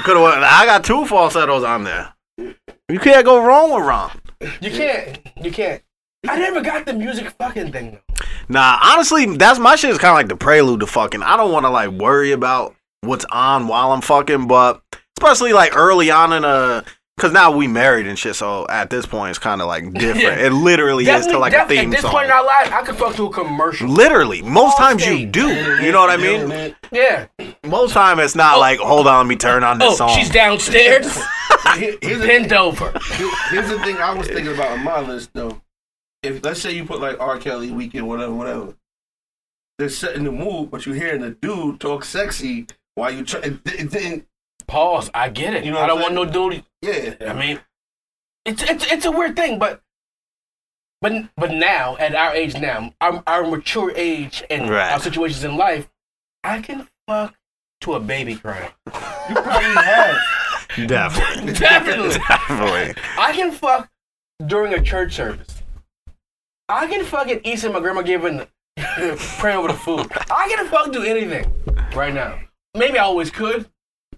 [SPEAKER 2] Could have won. I got two falsettos on there. You can't go wrong with Ron.
[SPEAKER 1] You can't. You can't. I never got the music fucking thing though.
[SPEAKER 2] Nah, honestly, that's my shit is kind of like the prelude to fucking. I don't want to like worry about what's on while I'm fucking, but especially like early on in a. Cause now we married and shit, so at this point it's kind
[SPEAKER 1] (laughs)
[SPEAKER 2] of like different.
[SPEAKER 1] Yeah.
[SPEAKER 2] It literally is to like a
[SPEAKER 1] definitely-
[SPEAKER 2] theme
[SPEAKER 1] at this
[SPEAKER 2] song.
[SPEAKER 1] point in our life, I could fuck to a commercial.
[SPEAKER 2] literally, most
[SPEAKER 1] All
[SPEAKER 2] times you
[SPEAKER 1] state.
[SPEAKER 2] do. You know what I mean?
[SPEAKER 3] Yeah,
[SPEAKER 1] Yeah.
[SPEAKER 2] Most time it's not like, hold on, let me turn on this
[SPEAKER 1] Oh,
[SPEAKER 2] song. (laughs)
[SPEAKER 1] she's downstairs, (laughs)
[SPEAKER 3] man. Here- Here's the
[SPEAKER 1] bent over.
[SPEAKER 3] Here- Here's the thing I was thinking about on my list though. If let's say you put like R. Kelly weekend, whatever, whatever. They're setting the mood, but you're hearing the dude talk sexy while you try. It, it didn't.
[SPEAKER 1] Pause. I get it.
[SPEAKER 3] You know what
[SPEAKER 1] I don't
[SPEAKER 3] I'm
[SPEAKER 1] want no duty.
[SPEAKER 3] Yeah.
[SPEAKER 1] I mean, it's it's it's a weird thing, but but but now at our age now, our, our mature age and
[SPEAKER 2] Right.
[SPEAKER 1] our situations in life, I can fuck to a baby
[SPEAKER 2] (laughs)
[SPEAKER 1] crying.
[SPEAKER 3] You probably
[SPEAKER 1] (laughs)
[SPEAKER 3] have.
[SPEAKER 2] definitely,
[SPEAKER 1] Definitely,
[SPEAKER 2] definitely.
[SPEAKER 1] I can fuck during a church service. I can fucking eat some my grandma giving (laughs) praying over the food. I can fuck do anything right now. Maybe I always could,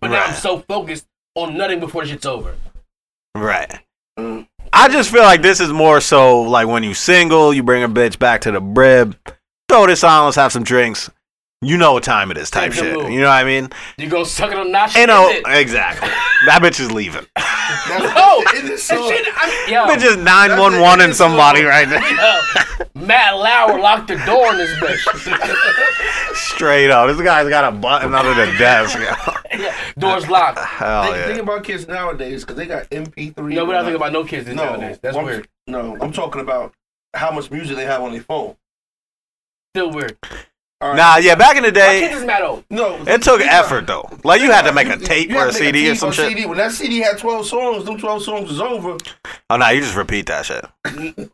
[SPEAKER 1] but now I'm
[SPEAKER 2] Right.
[SPEAKER 1] so focused on nothing before shit's over.
[SPEAKER 2] Right. I just feel like this is more so like when you single, you bring a bitch back to the crib, throw this on, let's have some drinks. You know what time it is, type
[SPEAKER 1] Time's a
[SPEAKER 2] shit.
[SPEAKER 1] move.
[SPEAKER 2] You know what I mean?
[SPEAKER 1] You gonna suck it on nacho?
[SPEAKER 2] You know exactly. That bitch is leaving.
[SPEAKER 3] That's
[SPEAKER 1] No,
[SPEAKER 3] in the
[SPEAKER 1] That
[SPEAKER 3] song.
[SPEAKER 1] shit, I,
[SPEAKER 2] (laughs)
[SPEAKER 1] yo,
[SPEAKER 2] Bitch is nine one one and somebody right now. (laughs)
[SPEAKER 1] yo, Matt Lauer locked the door on this bitch. (laughs)
[SPEAKER 2] Straight up, this guy's got a button under the desk.
[SPEAKER 1] Yeah, Door's locked.
[SPEAKER 2] Hell
[SPEAKER 3] Think- Think
[SPEAKER 2] Oh, yeah.
[SPEAKER 3] about kids nowadays because they got MP3.
[SPEAKER 1] No, we're not thinking about no kids nowadays. That's
[SPEAKER 3] I'm-
[SPEAKER 1] weird.
[SPEAKER 3] No, I'm talking about how much music they have on their phone.
[SPEAKER 1] Still weird.
[SPEAKER 3] All right.
[SPEAKER 2] Nah, yeah. Back in the
[SPEAKER 1] My kids
[SPEAKER 2] day,
[SPEAKER 1] is mad old.
[SPEAKER 3] No,
[SPEAKER 2] it took
[SPEAKER 3] think about-
[SPEAKER 2] effort though. Like you had to make a tape
[SPEAKER 3] You
[SPEAKER 2] or
[SPEAKER 3] had
[SPEAKER 2] a
[SPEAKER 3] to make
[SPEAKER 2] CD or
[SPEAKER 3] tape
[SPEAKER 2] some shit.
[SPEAKER 3] CD. When that CD had 12 songs, them 12 songs was over.
[SPEAKER 2] Oh nah, you just repeat that shit.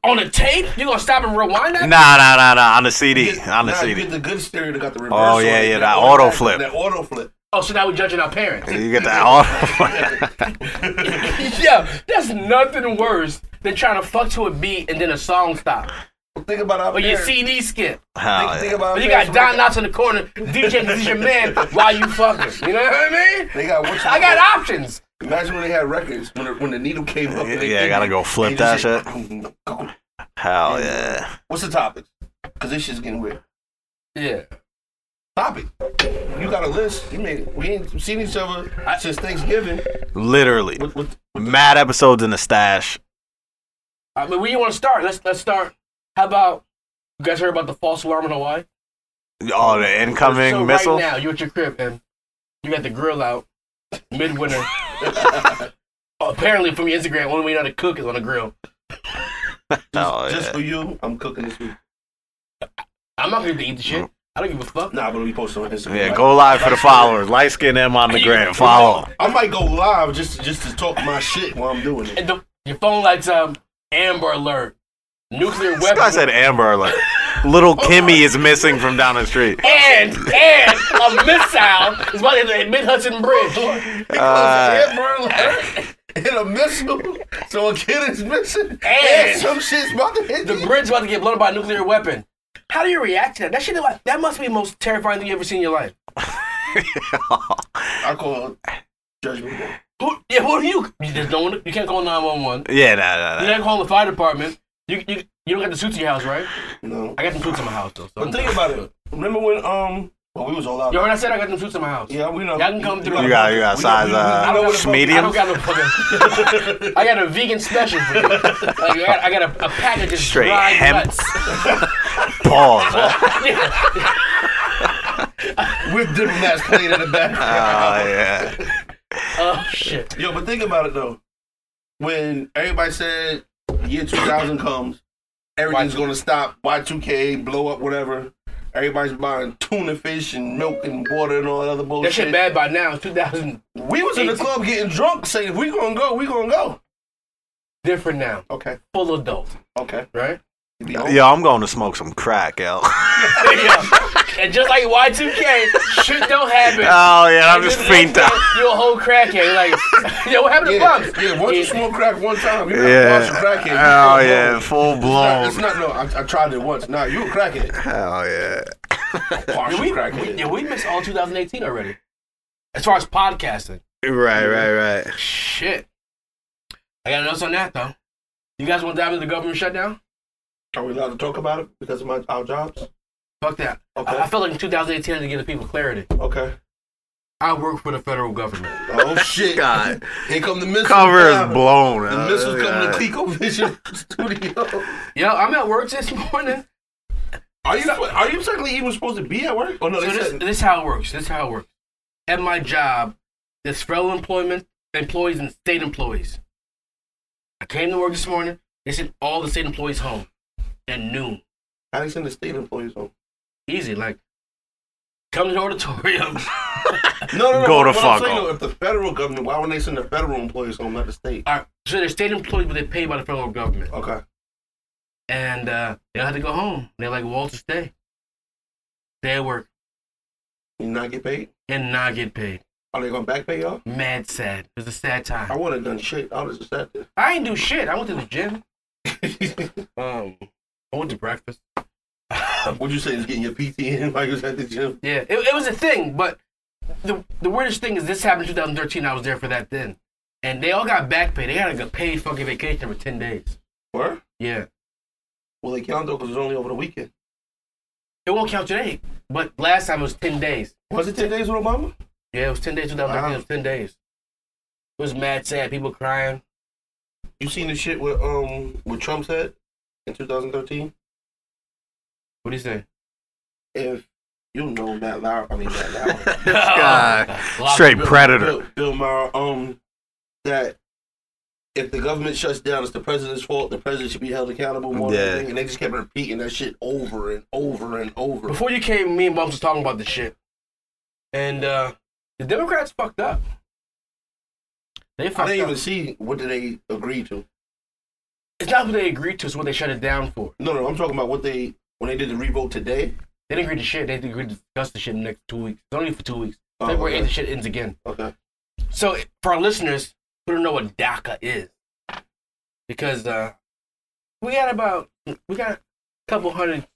[SPEAKER 1] On a tape? You gonna stop and rewind
[SPEAKER 2] Nah,
[SPEAKER 1] that?
[SPEAKER 2] nah, nah, nah. On the CD,
[SPEAKER 3] get-
[SPEAKER 2] on the
[SPEAKER 3] nah,
[SPEAKER 2] CD.
[SPEAKER 3] You get the good stereo that got the reverse.
[SPEAKER 2] Oh,
[SPEAKER 3] on
[SPEAKER 2] yeah,
[SPEAKER 3] it,
[SPEAKER 2] yeah, that auto
[SPEAKER 3] automatic-
[SPEAKER 2] flip.
[SPEAKER 3] That auto flip. (laughs)
[SPEAKER 1] Oh, so now we're judging our parents.
[SPEAKER 2] You get that all.
[SPEAKER 1] (laughs) yeah, that's nothing worse than trying to fuck to a beat and then a song stop.
[SPEAKER 3] Think about our
[SPEAKER 1] Or your
[SPEAKER 3] parents.
[SPEAKER 1] CD skip.
[SPEAKER 2] (laughs) Hell Oh,
[SPEAKER 3] (laughs) think,
[SPEAKER 2] yeah.
[SPEAKER 3] think about our
[SPEAKER 1] Or you got Don
[SPEAKER 3] parents.
[SPEAKER 1] Knotts in the corner, DJ to DJ man while you fucking. You know what I mean?
[SPEAKER 3] They got what you
[SPEAKER 1] I got
[SPEAKER 3] call-
[SPEAKER 1] options.
[SPEAKER 3] Imagine when they had records when the, when the needle came up. and they-
[SPEAKER 2] Yeah, I gotta go flip
[SPEAKER 3] they
[SPEAKER 2] that
[SPEAKER 3] just said,
[SPEAKER 2] Hell yeah.
[SPEAKER 3] What's the topic? Because this shit's getting weird.
[SPEAKER 1] Yeah.
[SPEAKER 3] Topic. You got a list. You made. We ain't seen each other since Thanksgiving.
[SPEAKER 2] Literally.
[SPEAKER 3] What, what,
[SPEAKER 2] Mad episodes in the stash.
[SPEAKER 1] I mean, where you want to start? Let's let's start. How about you guys heard about the false alarm in Hawaii?
[SPEAKER 2] All the incoming
[SPEAKER 1] so
[SPEAKER 2] missiles.
[SPEAKER 1] Right now, you at your crib and You got the grill out (laughs) midwinter. Apparently, from your Instagram, only way you know how to cook is on a grill.
[SPEAKER 2] No,
[SPEAKER 3] Just
[SPEAKER 2] Oh, yeah.
[SPEAKER 3] for you, I'm cooking this week.
[SPEAKER 1] I'm not gonna eat the shit. I don't give a fuck.
[SPEAKER 3] Nah, but we post on Instagram.
[SPEAKER 2] Yeah,
[SPEAKER 3] right?
[SPEAKER 2] go live for the followers. Light skin M on the gram. Follow.
[SPEAKER 3] I might go live just just to talk my shit while I'm doing it.
[SPEAKER 1] And the, your phone lights up. Amber alert. Nuclear
[SPEAKER 2] This guy
[SPEAKER 1] weapon.
[SPEAKER 2] said Amber Alert.
[SPEAKER 3] (laughs)
[SPEAKER 2] Little Kimmy is missing from down the street.
[SPEAKER 1] and and a missile is about to hit Mid Hudson Bridge.
[SPEAKER 3] Because
[SPEAKER 2] Uh,
[SPEAKER 3] Amber Alert hit a missile, so a kid is missing, (laughs) and some shit's about to hit
[SPEAKER 1] The
[SPEAKER 3] the.
[SPEAKER 1] bridge about to get blown up by a nuclear weapon. How do you react to that? That shit. is like- That must be the most terrifying thing you ever seen in your life.
[SPEAKER 3] I call it judgment day.
[SPEAKER 1] Who? Yeah. Who are you? You just don't. You can't call nine one one.
[SPEAKER 2] (laughs) Yeah, nah,
[SPEAKER 1] You
[SPEAKER 2] nah, nah.
[SPEAKER 1] can't call the fire department. You you you don't got the suits in your house, right?
[SPEAKER 3] No,
[SPEAKER 1] I got them suits in my house though. So
[SPEAKER 3] but think about it. Remember when um, well, we was all out.
[SPEAKER 1] Yo, when I said I got them suits in my house.
[SPEAKER 3] yeah, we know.
[SPEAKER 1] Y'all can come through.
[SPEAKER 2] You got, you got
[SPEAKER 3] We-
[SPEAKER 2] size.
[SPEAKER 3] we- we-
[SPEAKER 1] I
[SPEAKER 2] Uh,
[SPEAKER 1] don't, got no-
[SPEAKER 2] Medium?
[SPEAKER 1] I don't got no fucking. I got a vegan special for you. Like, I got, I got a, a pack of just
[SPEAKER 2] Straight
[SPEAKER 1] dried
[SPEAKER 2] hemp.
[SPEAKER 1] nuts.
[SPEAKER 2] balls. Oh,
[SPEAKER 3] with them that's playing in the
[SPEAKER 2] (laughs)
[SPEAKER 3] background.
[SPEAKER 2] yeah.
[SPEAKER 3] (laughs)
[SPEAKER 1] Oh shit.
[SPEAKER 3] Yo, but think about it though. When everybody said year 2000 comes, everything's going to stop. Y2K, blow up, whatever. Everybody's buying tuna fish and milk and water and all that other
[SPEAKER 1] That
[SPEAKER 3] bullshit.
[SPEAKER 1] shit bad by now. It's 2000
[SPEAKER 3] We was in the club getting drunk, saying we gonna go, we gonna go.
[SPEAKER 1] different now.
[SPEAKER 3] Okay,
[SPEAKER 1] Full adult,
[SPEAKER 3] okay.
[SPEAKER 1] right?
[SPEAKER 3] You be home.
[SPEAKER 2] Yo, I'm going to smoke some crack, yo. (laughs)
[SPEAKER 1] Yeah. and just like Y2K, shit don't happen.
[SPEAKER 2] Oh yeah, I'm
[SPEAKER 1] And
[SPEAKER 2] just
[SPEAKER 1] then the next
[SPEAKER 2] fiend out.
[SPEAKER 1] day, You a whole crackhead. Like, (laughs) yo, what happened to
[SPEAKER 3] Yeah,
[SPEAKER 1] Bumps?
[SPEAKER 3] yeah. Once you
[SPEAKER 1] Yeah.
[SPEAKER 3] smoke crack one time,
[SPEAKER 2] (laughs)
[SPEAKER 3] you're
[SPEAKER 2] Yeah.
[SPEAKER 3] not a crackhead. You
[SPEAKER 2] Oh
[SPEAKER 3] full
[SPEAKER 2] yeah,
[SPEAKER 3] blown.
[SPEAKER 2] full blown.
[SPEAKER 3] It's not, no, I, I tried it once. Nah, you a crackhead.
[SPEAKER 2] Hell yeah.
[SPEAKER 3] Partial
[SPEAKER 1] We, we,
[SPEAKER 3] crackhead.
[SPEAKER 1] yeah, we missed all 2018 already. As far as podcasting.
[SPEAKER 2] Right, right, right.
[SPEAKER 1] Shit. I got notes on that though. You guys want to dive into the government shutdown?
[SPEAKER 3] Are we allowed to talk about it because of my, our jobs?
[SPEAKER 1] Fuck that.
[SPEAKER 3] Okay.
[SPEAKER 1] I, I felt like in 2018 I had to give the people clarity.
[SPEAKER 3] Okay.
[SPEAKER 1] I work for the federal government.
[SPEAKER 2] (laughs)
[SPEAKER 3] Oh shit!
[SPEAKER 2] God.
[SPEAKER 3] Here come the missiles.
[SPEAKER 2] Cover is
[SPEAKER 3] down.
[SPEAKER 2] blown.
[SPEAKER 3] The
[SPEAKER 2] uh,
[SPEAKER 3] missiles
[SPEAKER 2] yeah.
[SPEAKER 3] coming to Clico Vision (laughs) Studio.
[SPEAKER 1] Yo, I'm at work this morning.
[SPEAKER 3] Are you are you technically even supposed to be at work? Oh no,
[SPEAKER 1] So
[SPEAKER 3] they
[SPEAKER 1] this,
[SPEAKER 3] said
[SPEAKER 1] this is how it works. This is how it works. At my job, there's federal employment employees and state employees. I came to work this morning. They sent all the state employees home at noon.
[SPEAKER 3] how they send the state employees home.
[SPEAKER 1] Easy, like come to the auditorium. (laughs)
[SPEAKER 3] No, no, no.
[SPEAKER 2] Go to
[SPEAKER 3] what I'm
[SPEAKER 2] fuck
[SPEAKER 3] saying,
[SPEAKER 2] home.
[SPEAKER 3] though, If the federal government, why wouldn't they send the federal employees home, not the state?
[SPEAKER 1] all right, so they're state employees, but they're paid by the federal government,
[SPEAKER 3] Okay.
[SPEAKER 1] and uh, they don't have to go home. They're like, Walter, stay, stay at work,
[SPEAKER 3] You not get paid?
[SPEAKER 1] and not get paid.
[SPEAKER 3] Are they gonna back pay y'all?
[SPEAKER 1] Mad sad. It's a sad
[SPEAKER 3] I
[SPEAKER 1] time.
[SPEAKER 3] would have done shit. I would have just
[SPEAKER 2] (laughs)
[SPEAKER 3] sat there.
[SPEAKER 1] I ain't do shit. I went to the gym. Um, I went to breakfast.
[SPEAKER 3] What'd you say? Is getting your PT in (laughs) while you was at the gym?
[SPEAKER 1] Yeah, it, it was a thing, but the the weirdest thing is this happened in 2013. I was there for that then, and they all got back pay. They got like a paid fucking vacation for 10 days.
[SPEAKER 3] Or
[SPEAKER 1] Yeah,
[SPEAKER 3] well, they count though because it's only over the weekend.
[SPEAKER 1] it won't count today, but last time it was 10 days.
[SPEAKER 3] Was it ten days with Obama?
[SPEAKER 1] Yeah, it was 10 days. 2013
[SPEAKER 3] Wow.
[SPEAKER 1] it was 10 days. It was mad, sad. People crying.
[SPEAKER 3] You seen the shit with um with Trump said in 2013?
[SPEAKER 1] What do you say?
[SPEAKER 3] If you know Matt Lauer, I mean Matt Lauer.
[SPEAKER 2] (laughs)
[SPEAKER 1] (laughs)
[SPEAKER 2] This guy, straight predator.
[SPEAKER 3] Bill, Bill Maher, um, that if the government shuts down, it's the president's fault. The president should be held accountable more than
[SPEAKER 2] Yeah.
[SPEAKER 3] anything. And they just kept repeating that shit over and over and over.
[SPEAKER 1] Before you came, me and Bumps was talking about this shit, and uh the Democrats fucked up. They
[SPEAKER 3] I
[SPEAKER 1] fucked
[SPEAKER 3] didn't
[SPEAKER 1] up.
[SPEAKER 3] even see what did they agree to.
[SPEAKER 1] It's not what they agreed to; it's what they shut it down for.
[SPEAKER 3] No, no, I'm talking about what they when they did the revote today.
[SPEAKER 1] They didn't agree to shit. They agreed to discuss the shit in the next two weeks. It's only for two weeks.
[SPEAKER 3] Oh,
[SPEAKER 1] February
[SPEAKER 3] okay.
[SPEAKER 1] 8th, the shit ends again.
[SPEAKER 3] Okay,
[SPEAKER 1] So, for our listeners who don't know what DACA is, because uh, we got about, we got a couple hundred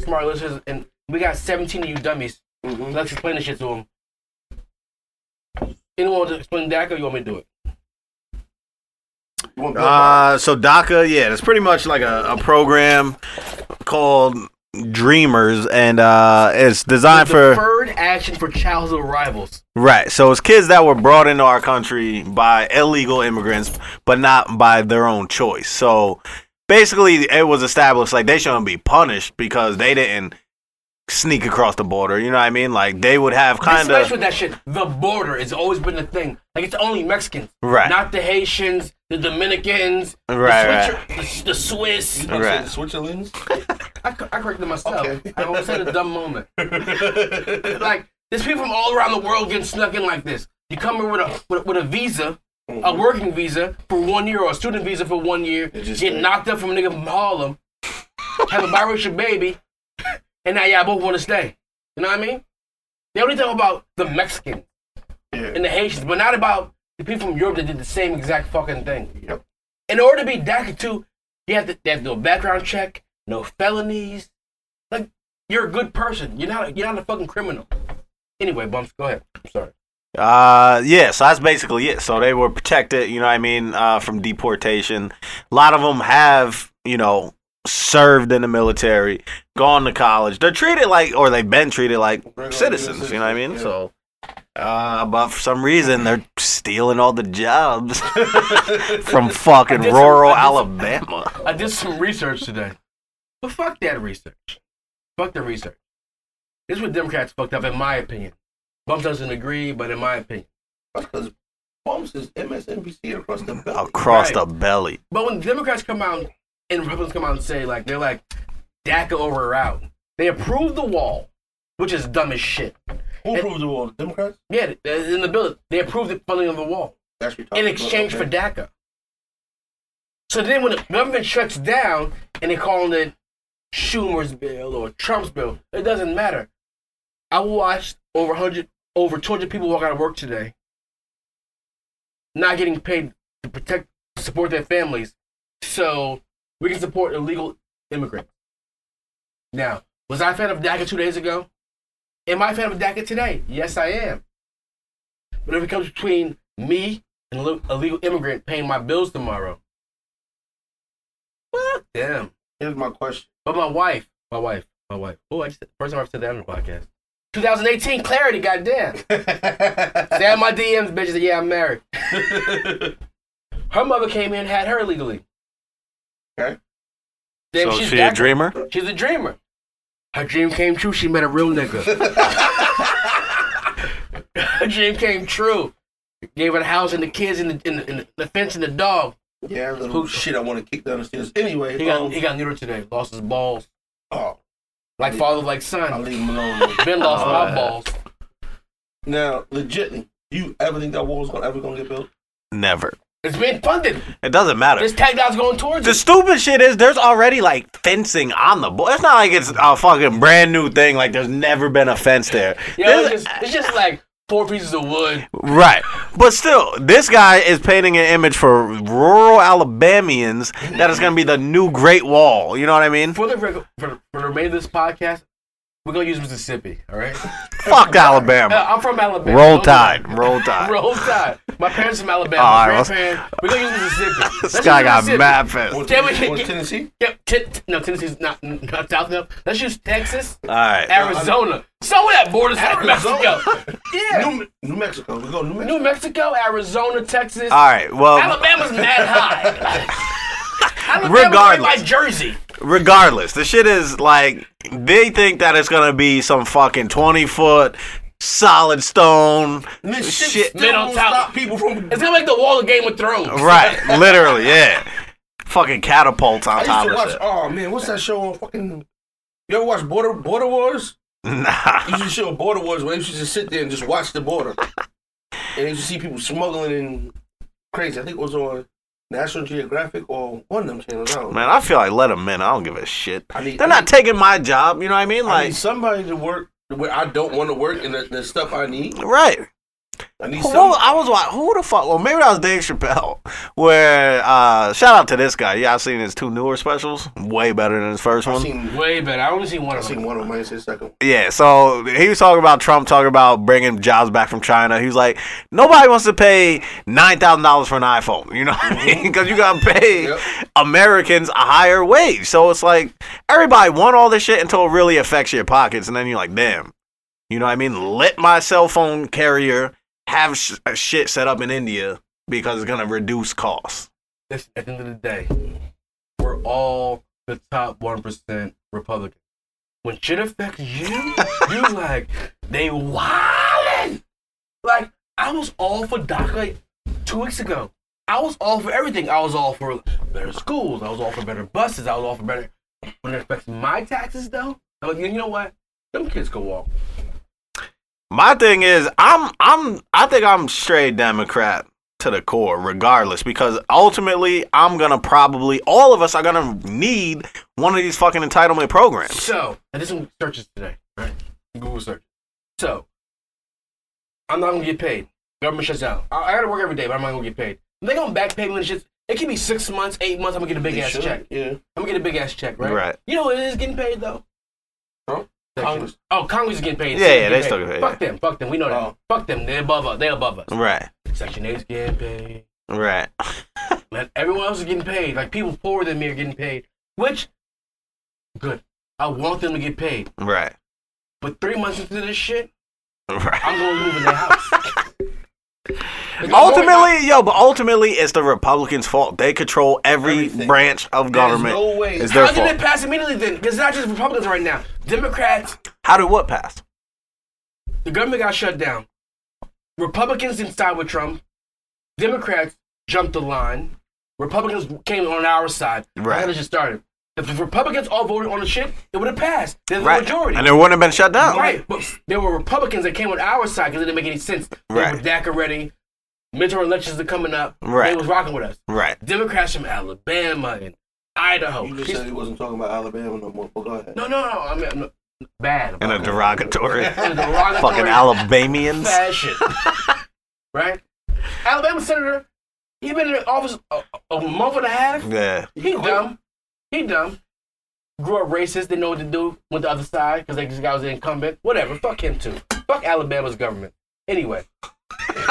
[SPEAKER 1] smart listeners, and we got 17 of you dummies.
[SPEAKER 3] Mhm.
[SPEAKER 1] Let's explain this shit to them. Anyone want to explain DACA or you want me to do it?
[SPEAKER 3] You want Bill Maher?
[SPEAKER 2] Uh, so DACA, yeah, it's pretty much like a, a program called Dreamers, and uh, it's designed for
[SPEAKER 1] Deferred action for childhood arrivals.
[SPEAKER 2] right. So it's kids that were brought into our country by illegal immigrants, but not by their own choice. So basically, it was established like they shouldn't be punished because they didn't sneak across the border. You know what I mean? Like they would have kind
[SPEAKER 1] Especially
[SPEAKER 2] of
[SPEAKER 1] with that shit, the border has always been the thing. Like it's only Mexicans,
[SPEAKER 2] Right.
[SPEAKER 1] Not the Haitians, the Dominicans,
[SPEAKER 2] Right,
[SPEAKER 1] the, Switzer- the, the Swiss.
[SPEAKER 3] I'm
[SPEAKER 2] Right.
[SPEAKER 3] saying Switzerland's.
[SPEAKER 1] I, cor- I corrected myself.
[SPEAKER 3] Okay.
[SPEAKER 1] I almost had a dumb moment. (laughs) like there's people from all around the world getting snuck in like this. You come in with a with, with a visa, a working visa for one year or a student visa for one year,
[SPEAKER 3] just
[SPEAKER 1] get
[SPEAKER 3] think-
[SPEAKER 1] knocked up from a nigga from Harlem, have a biracial baby, and now y'all both want to stay. You know what I mean? They only talk about the Mexicans
[SPEAKER 3] Yeah.
[SPEAKER 1] and the Haitians, but not about the people from Europe that did the same exact fucking thing
[SPEAKER 3] Yep.
[SPEAKER 1] in order to be DACA two, you have to they have no background check, no felonies. Like you're a good person. You're not you're not a fucking criminal. Anyway, bumps, go ahead. I'm sorry.
[SPEAKER 2] uh yeah. So that's basically it. So they were protected. You know what I mean? Uh, from deportation. A lot of them have you know served in the military, gone to college. They're treated like, or they've been treated like
[SPEAKER 3] Regular
[SPEAKER 2] citizens. You know what I mean?
[SPEAKER 3] citizens,
[SPEAKER 2] So. Uh, but for some reason they're stealing all the
[SPEAKER 3] (laughs)
[SPEAKER 2] jobs from fucking
[SPEAKER 1] I did some-
[SPEAKER 2] rural
[SPEAKER 1] I did some-
[SPEAKER 2] Alabama.
[SPEAKER 1] I did some research today. But fuck that research. Fuck the research. This is what Democrats fucked up in my opinion. Bumps doesn't agree, but in my opinion.
[SPEAKER 3] Because Bumps is MSNBC across the belt.
[SPEAKER 2] across
[SPEAKER 1] Right.
[SPEAKER 2] the belly.
[SPEAKER 1] But when Democrats come out and Republicans come out and say like they're like DACA over or out, they approve the wall, which is dumb as shit.
[SPEAKER 3] Who approved the wall? The Democrats?
[SPEAKER 1] Yeah, in the bill, they approved the funding of the wall
[SPEAKER 3] That's what you're
[SPEAKER 1] in
[SPEAKER 3] talking
[SPEAKER 1] exchange
[SPEAKER 3] about,
[SPEAKER 1] for
[SPEAKER 3] okay.
[SPEAKER 1] DACA. So then, when the government shuts down and they're calling it Schumer's bill or Trump's bill, it doesn't matter. I watched over 100, over 200 people walk out of work today, not getting paid to protect, to support their families, so we can support illegal immigrants. Now, was I a fan of DACA two days ago? Am I a fan of DACA today? Yes, I am. But if it comes between me and an illegal immigrant paying my bills tomorrow, fuck them.
[SPEAKER 3] Here's my question. (laughs)
[SPEAKER 1] But my wife, my wife, my wife. Oh, I just first time I've said that on the podcast. 2018 clarity, goddamn. Damn my DMs, bitches. Yeah, I'm married. her mother came in, had her legally.
[SPEAKER 3] Okay.
[SPEAKER 1] Damn,
[SPEAKER 2] so
[SPEAKER 1] she's
[SPEAKER 2] she a
[SPEAKER 1] DACA.
[SPEAKER 2] dreamer?
[SPEAKER 1] She's a dreamer. Her dream came true. She met a real
[SPEAKER 3] (laughs)
[SPEAKER 1] nigga. her dream came true. Gave her the house and the kids and the, and the, and the fence and the dog.
[SPEAKER 3] yeah, little shit I want to kick down the stairs. Anyway,
[SPEAKER 1] He got e-
[SPEAKER 3] um,
[SPEAKER 1] he got neutered today. Lost his balls.
[SPEAKER 3] oh,
[SPEAKER 1] Like father, like
[SPEAKER 3] I'll
[SPEAKER 1] son.
[SPEAKER 3] leave
[SPEAKER 1] (laughs)
[SPEAKER 3] him alone.
[SPEAKER 1] Ben lost
[SPEAKER 2] Oh,
[SPEAKER 1] my
[SPEAKER 2] yeah.
[SPEAKER 1] balls.
[SPEAKER 3] now, legitly, you ever think that wall's gonna ever gonna get built?
[SPEAKER 2] Never.
[SPEAKER 1] It's being funded.
[SPEAKER 2] It doesn't matter.
[SPEAKER 1] This tag down's going towards
[SPEAKER 2] the
[SPEAKER 1] us.
[SPEAKER 2] stupid shit is there's already like fencing on the board. It's not like it's a fucking brand new thing. Like there's never been a fence there.
[SPEAKER 1] Yeah,
[SPEAKER 2] This-
[SPEAKER 1] it's just, it's just like four pieces of wood.
[SPEAKER 2] right. But still, this guy is painting an image for rural Alabamians that is going to be the new Great Wall. You know what I mean?
[SPEAKER 1] For the reg- for, for the remainder of this podcast, we're gonna use Mississippi. All right. (laughs)
[SPEAKER 2] Fuck
[SPEAKER 1] Uh,
[SPEAKER 2] Alabama.
[SPEAKER 1] I'm from Alabama.
[SPEAKER 2] Roll
[SPEAKER 1] Don't do that.
[SPEAKER 2] Tide. Roll Tide.
[SPEAKER 1] Roll Tide. My parents from Alabama.
[SPEAKER 2] All right, let's-
[SPEAKER 1] grandparents. We're gonna use Mississippi. Let's
[SPEAKER 2] (laughs) (laughs) This guy
[SPEAKER 1] use
[SPEAKER 2] got
[SPEAKER 1] Mississippi.
[SPEAKER 2] mad
[SPEAKER 3] Or,
[SPEAKER 2] fist.
[SPEAKER 1] Damn it.
[SPEAKER 3] or Tennessee?
[SPEAKER 1] Yeah, t- t- no, Tennessee's not not south enough. Let's use Texas,
[SPEAKER 2] All right.
[SPEAKER 1] Arizona. So where that borders at Mexico. yeah.
[SPEAKER 3] New, New Mexico. We go New
[SPEAKER 1] New
[SPEAKER 3] Mexico.
[SPEAKER 1] Mexico, Arizona, Texas.
[SPEAKER 2] All right. Well,
[SPEAKER 1] Alabama's mad high. (laughs) Alabama's
[SPEAKER 2] Regardless.
[SPEAKER 1] like Jersey.
[SPEAKER 2] regardless, the shit is like they think that it's gonna be some fucking twenty foot solid stone
[SPEAKER 3] And this shit,
[SPEAKER 2] shit.
[SPEAKER 3] still
[SPEAKER 1] Man on
[SPEAKER 3] won't
[SPEAKER 1] top.
[SPEAKER 3] stop people from.
[SPEAKER 1] It's gonna like the wall of Game of Thrones.
[SPEAKER 2] Right, literally, yeah. Fucking catapults on
[SPEAKER 3] I
[SPEAKER 2] top
[SPEAKER 3] used to
[SPEAKER 2] of
[SPEAKER 3] watch.
[SPEAKER 2] shit.
[SPEAKER 3] Oh man, what's that show on fucking? You ever watch Border Border Wars?
[SPEAKER 2] (laughs) Nah.
[SPEAKER 3] used to show border wars where they used to just sit there and just watch the border. And you used to see people smuggling and crazy. I think it was on National Geographic or one of them channels. I don't know.
[SPEAKER 2] Man, I feel like let them in. I don't give a shit.
[SPEAKER 3] I need,
[SPEAKER 2] They're
[SPEAKER 3] I
[SPEAKER 2] not
[SPEAKER 3] need-
[SPEAKER 2] taking my job. You know what I mean?
[SPEAKER 3] I
[SPEAKER 2] Like,
[SPEAKER 3] need somebody to work where I don't want to work and the, the stuff I need.
[SPEAKER 2] right.
[SPEAKER 3] I need
[SPEAKER 2] Who,
[SPEAKER 3] some.
[SPEAKER 2] I was like, who the fuck? Well, maybe that was Dave Chappelle. (laughs) Where, uh, shout out to this guy. Yeah, I've seen his two newer specials. Way better than his first
[SPEAKER 3] I've
[SPEAKER 2] one.
[SPEAKER 3] seen,
[SPEAKER 1] Way better. I only seen one
[SPEAKER 3] I've
[SPEAKER 1] of
[SPEAKER 3] seen
[SPEAKER 1] them.
[SPEAKER 3] one of mine. It's the second.
[SPEAKER 2] Yeah, so he was talking about Trump talking about bringing jobs back from China. He was like, nobody wants to pay nine thousand dollars for an iPhone. You know what I mean? Because you gotta pay
[SPEAKER 3] Yep.
[SPEAKER 2] Americans a higher wage. So it's like everybody want all this shit until it really affects your pockets, and then you're like, damn. You know what I mean? Let my cell phone carrier have sh- uh, shit set up in India because it's gonna reduce costs.
[SPEAKER 1] This, at the end of the day, we're all the top one percent Republican. when shit affects you, you like they wildin'. Like I was all for doc like two weeks ago. I was all for everything. I was all for better schools. I was all for better buses. I was all for better. When it affects my taxes, though, I'm like, you know what? Them kids go walk.
[SPEAKER 2] My thing is, I'm I'm I think I'm straight Democrat to the core, regardless, because ultimately I'm gonna probably all of us are gonna need one of these fucking entitlement programs.
[SPEAKER 1] So, I did some searches today, right? Google search. So, I'm not gonna get paid. Government shuts down. I, I gotta work every day, but I'm not gonna get paid. They gonna back pay me and shit. It could be six months, eight months. I'm gonna get a big
[SPEAKER 3] They
[SPEAKER 1] ass
[SPEAKER 3] should,
[SPEAKER 1] check.
[SPEAKER 3] Yeah.
[SPEAKER 1] I'm gonna get a big ass check, right?
[SPEAKER 2] Right.
[SPEAKER 1] You know what it is getting paid though?
[SPEAKER 3] Trump?
[SPEAKER 1] Section-
[SPEAKER 3] Congress.
[SPEAKER 1] Oh, Congress is getting paid.
[SPEAKER 2] Yeah,
[SPEAKER 1] Senate
[SPEAKER 2] yeah,
[SPEAKER 1] getting
[SPEAKER 2] they still get paid,
[SPEAKER 1] Fuck them, fuck them. We know that.
[SPEAKER 3] Oh.
[SPEAKER 1] Fuck them. They're above us. They're above us.
[SPEAKER 2] Right.
[SPEAKER 1] Section 8's getting paid.
[SPEAKER 2] Right.
[SPEAKER 1] Like, everyone else is getting paid. Like people poorer than me are getting paid, which good. I want them to get paid,
[SPEAKER 2] Right.
[SPEAKER 1] but three months into this shit,
[SPEAKER 2] Right.
[SPEAKER 1] I'm gonna move in their
[SPEAKER 2] (laughs)
[SPEAKER 1] house. Like,
[SPEAKER 2] Ultimately, yo, but ultimately it's the Republicans' fault. They control every
[SPEAKER 3] Everything.
[SPEAKER 2] branch of government.
[SPEAKER 3] no way.
[SPEAKER 2] It's
[SPEAKER 1] how
[SPEAKER 2] their
[SPEAKER 1] did it
[SPEAKER 2] fault.
[SPEAKER 1] pass immediately then? Because it's not just Republicans right now. Democrats,
[SPEAKER 2] How did what pass?
[SPEAKER 1] the government got shut down. Republicans didn't side with Trump. Democrats jumped the line. Republicans came on our side. That's
[SPEAKER 2] Right.
[SPEAKER 1] how this shit started. If the Republicans all voted on the shit, it would have passed. They're the
[SPEAKER 2] Right.
[SPEAKER 1] majority.
[SPEAKER 2] And it wouldn't have been shut down.
[SPEAKER 1] Right, but there were Republicans that came on our side because it didn't make any sense. They were
[SPEAKER 2] Right.
[SPEAKER 1] DACA ready. Midterm elections are coming up. They
[SPEAKER 2] Right.
[SPEAKER 1] was rocking with us.
[SPEAKER 2] Right.
[SPEAKER 1] Democrats from Alabama and Idaho.
[SPEAKER 3] You just
[SPEAKER 1] He's-
[SPEAKER 3] said he wasn't talking about Alabama no more. Well, go ahead.
[SPEAKER 1] no, no, no. I mean, I'm not bad. about
[SPEAKER 2] In a
[SPEAKER 1] it. (laughs)
[SPEAKER 2] derogatory
[SPEAKER 1] In a derogatory
[SPEAKER 2] fucking Alabamians.
[SPEAKER 1] fashion. right? Alabama senator, he been in office a, a month and a half.
[SPEAKER 2] Yeah.
[SPEAKER 1] He dumb. He dumb. Grew up racist, didn't know what to do, went the other side because this guy was the incumbent. Whatever, fuck him too. Fuck Alabama's government. Anyway. (laughs)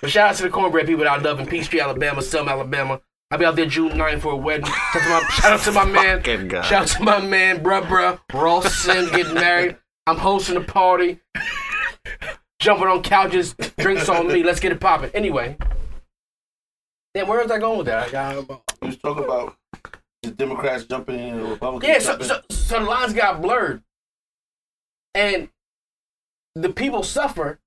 [SPEAKER 1] but shout out to the cornbread people out love in Peachtree, Alabama, Selma, Alabama. I'll be out there June 9th for a wedding. Shout out to my, (laughs) shout out to my man.
[SPEAKER 2] Fucking God.
[SPEAKER 1] Shout out to my man, bruh, bruh. Ross Sims getting married. I'm hosting a party. Jumping on couches, drinks on me. Let's get it popping. Anyway. Then where was I going with that? I got-
[SPEAKER 3] He was talking about the Democrats jumping in and the Republicans
[SPEAKER 1] Yeah, so,
[SPEAKER 3] jumping
[SPEAKER 1] so, so the lines got blurred. And the people suffer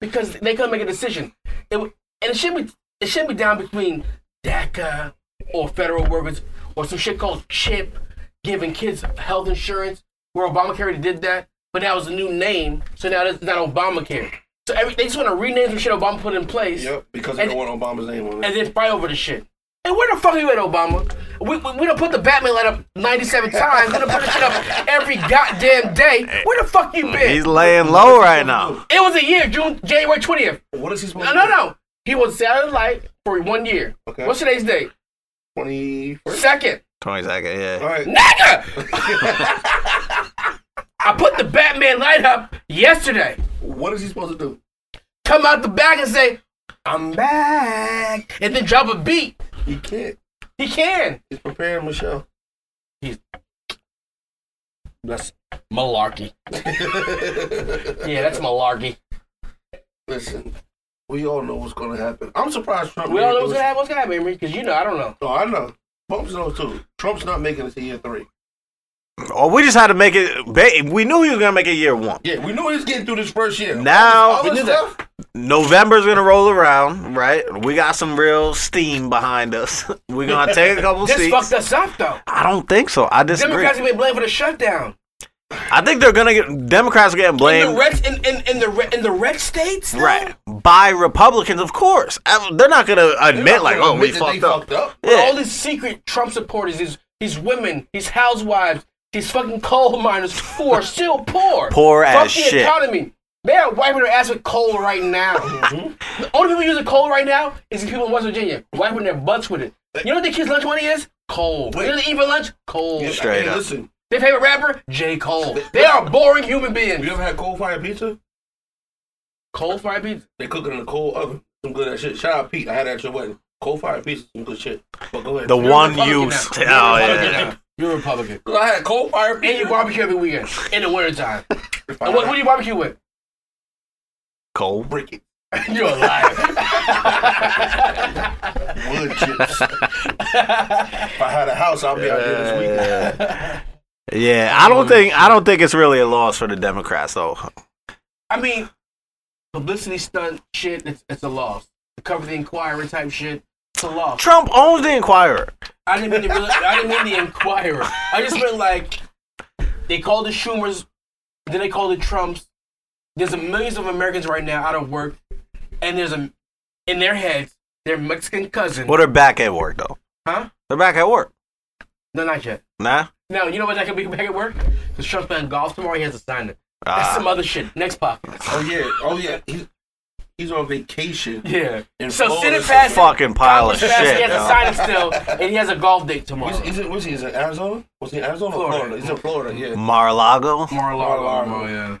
[SPEAKER 1] because they couldn't make a decision. It, w- and it shouldn't be it shouldn't be down between DACA or federal workers or some shit called CHIP, giving kids health insurance, where Obamacare already did that, but that was a new name, so now it's not Obamacare. So every, they just want to rename some shit Obama put in place
[SPEAKER 3] Yep, because they
[SPEAKER 1] And-
[SPEAKER 3] don't want Obama's name on it.
[SPEAKER 1] and then fight over the shit. And where the fuck are you at, Obama? We, we, we done put the Batman light up 97 times. We done put the shit up every goddamn day. Where the fuck you been?
[SPEAKER 2] He's laying low right now.
[SPEAKER 1] It was a year, June, January 20th.
[SPEAKER 3] What is he supposed
[SPEAKER 1] No,
[SPEAKER 3] to
[SPEAKER 1] no, no. He was Saturday Night for one year.
[SPEAKER 3] Okay.
[SPEAKER 1] What's today's date?
[SPEAKER 3] no. 21st?
[SPEAKER 1] Second.
[SPEAKER 2] Twenty second,
[SPEAKER 3] All
[SPEAKER 2] yeah.
[SPEAKER 3] right.
[SPEAKER 1] Nigga! I put the Batman light up yesterday.
[SPEAKER 3] What is he supposed to do?
[SPEAKER 1] Come out the back and say, I'm back. And then drop a beat.
[SPEAKER 3] He can't.
[SPEAKER 1] He can.
[SPEAKER 3] He's preparing Michelle.
[SPEAKER 1] That's (laughs) malarkey. Yeah, that's malarkey.
[SPEAKER 3] Listen, we all know what's going to happen. I'm surprised Trump.
[SPEAKER 1] We
[SPEAKER 3] didn't
[SPEAKER 1] don't know
[SPEAKER 3] do
[SPEAKER 1] what's
[SPEAKER 3] it.
[SPEAKER 1] gonna happen. What's gonna happen, Emery? Because you know, I don't know.
[SPEAKER 3] No, I know. Trump's knows too. Trump's not making it to year three.
[SPEAKER 2] Or Uh, oh, we just had to make it. ba- We knew he was gonna make it year one.
[SPEAKER 3] Yeah, we knew he was getting through this first year.
[SPEAKER 2] Now
[SPEAKER 3] All this stuff,
[SPEAKER 2] November's gonna roll around, right? We got some real steam behind us. (laughs) We're gonna take a couple
[SPEAKER 1] (laughs) This
[SPEAKER 2] seats.
[SPEAKER 1] fucked us up, though.
[SPEAKER 2] I don't think so. I disagree.
[SPEAKER 1] Democrats have been blamed for the shutdown.
[SPEAKER 2] I think they're gonna get Democrats are getting
[SPEAKER 1] In
[SPEAKER 2] blamed,
[SPEAKER 1] the red, in, in, in the red, in the red states, though?
[SPEAKER 2] right? By Republicans, of course. I- They're not gonna admit like, oh, we
[SPEAKER 3] Admit that they
[SPEAKER 2] fucked up.
[SPEAKER 3] fucked up.
[SPEAKER 1] With
[SPEAKER 2] Yeah.
[SPEAKER 1] all these secret Trump supporters, these these women, these housewives, these fucking coal miners, who
[SPEAKER 2] (laughs)
[SPEAKER 1] are still poor,
[SPEAKER 2] Poor
[SPEAKER 1] Fuck
[SPEAKER 2] as
[SPEAKER 1] the
[SPEAKER 2] shit.
[SPEAKER 1] economy. They are wiping their ass with coal right now.
[SPEAKER 2] (laughs)
[SPEAKER 1] The only people using coal right now is the people in West Virginia, wiping their butts with it. You know what the kids' lunch money is? Coal. You know what they eat for lunch? Coal.
[SPEAKER 3] Yeah,
[SPEAKER 2] Straight
[SPEAKER 3] I mean,
[SPEAKER 2] up.
[SPEAKER 3] Listen,
[SPEAKER 1] Their favorite rapper? J. Cole. They are boring human beings.
[SPEAKER 3] you ever had coal fired pizza?
[SPEAKER 1] Cold fried pizza.
[SPEAKER 3] They cook it in a cold oven. Some good ass shit. Shout out Pete. I had that at your wedding. Coal fired pizza, some good shit. But go ahead.
[SPEAKER 2] The
[SPEAKER 1] You're a
[SPEAKER 2] one
[SPEAKER 1] Republican
[SPEAKER 2] you,
[SPEAKER 1] now.
[SPEAKER 2] st-
[SPEAKER 1] You're a
[SPEAKER 2] oh
[SPEAKER 1] Republican
[SPEAKER 2] yeah.
[SPEAKER 1] now. You're a Republican.
[SPEAKER 3] I had coal fired
[SPEAKER 1] And
[SPEAKER 3] pizza.
[SPEAKER 1] you barbecue every weekend in the
[SPEAKER 2] (laughs)
[SPEAKER 1] wintertime. And what, what do you barbecue with?
[SPEAKER 2] Cold.
[SPEAKER 3] Brick it.
[SPEAKER 1] You're a liar.
[SPEAKER 3] Wood chips. if I had a house, I'd be out there this weekend.
[SPEAKER 2] Yeah, I don't think I don't think it's really a loss for the Democrats though.
[SPEAKER 1] (laughs) I mean, publicity stunt shit. It's, it's a loss. The cover the Inquirer type shit. It's a loss.
[SPEAKER 2] Trump owns the Inquirer.
[SPEAKER 1] I didn't mean to. Really, I didn't mean the Inquirer. I just meant like they called it Schumer's, then they called it Trump's. There's a millions of Americans right now out of work, and there's a in their heads their Mexican cousin.
[SPEAKER 2] Well, they're back at work though.
[SPEAKER 1] Huh?
[SPEAKER 2] They're back at work.
[SPEAKER 1] No, not yet.
[SPEAKER 2] Nah.
[SPEAKER 1] No, you know what? That could be back at work because Trump's playing golf tomorrow. He has to sign it. That's
[SPEAKER 2] Ah.
[SPEAKER 1] some other shit. Next podcast.
[SPEAKER 3] Oh yeah, oh yeah. He's, he's on vacation.
[SPEAKER 1] Yeah.
[SPEAKER 3] In
[SPEAKER 1] So
[SPEAKER 3] Florida,
[SPEAKER 1] send it
[SPEAKER 3] so
[SPEAKER 1] past
[SPEAKER 2] (laughs) fucking pile of
[SPEAKER 1] He has
[SPEAKER 2] shit.
[SPEAKER 1] to
[SPEAKER 2] yo.
[SPEAKER 1] sign it still, and he has a golf date tomorrow.
[SPEAKER 3] Was, is it, was he is it Arizona? Was he in Arizona or
[SPEAKER 1] Florida.
[SPEAKER 3] Florida? He's in Florida, yeah.
[SPEAKER 2] Mar-a-Lago.
[SPEAKER 1] Mar-a-Lago.
[SPEAKER 3] Mar-a-Lago.
[SPEAKER 1] yeah.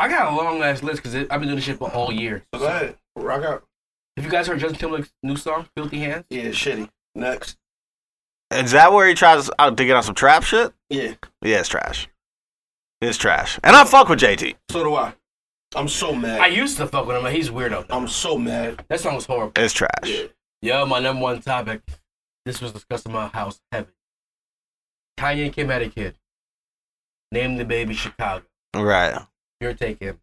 [SPEAKER 1] I got a long ass list because I've been doing this shit for all year.
[SPEAKER 3] Go ahead. Rock out.
[SPEAKER 1] Have you guys heard Justin Timberlake's new song, Filthy Hands?
[SPEAKER 3] Yeah, shitty. Next.
[SPEAKER 2] Is that where he tries out to get on some trap shit?
[SPEAKER 3] Yeah.
[SPEAKER 2] Yeah, it's trash. It's trash. And I fuck with JT.
[SPEAKER 3] So do I. I'm so mad.
[SPEAKER 1] I used to fuck with him, but he's weirdo. now.
[SPEAKER 3] I'm so mad.
[SPEAKER 1] That song was horrible.
[SPEAKER 2] It's trash.
[SPEAKER 1] Yo, my number one topic. This was discussed in my house, heaven. Kanye and Kim had a kid. Name the baby Chicago.
[SPEAKER 2] Right.
[SPEAKER 1] Your take, him.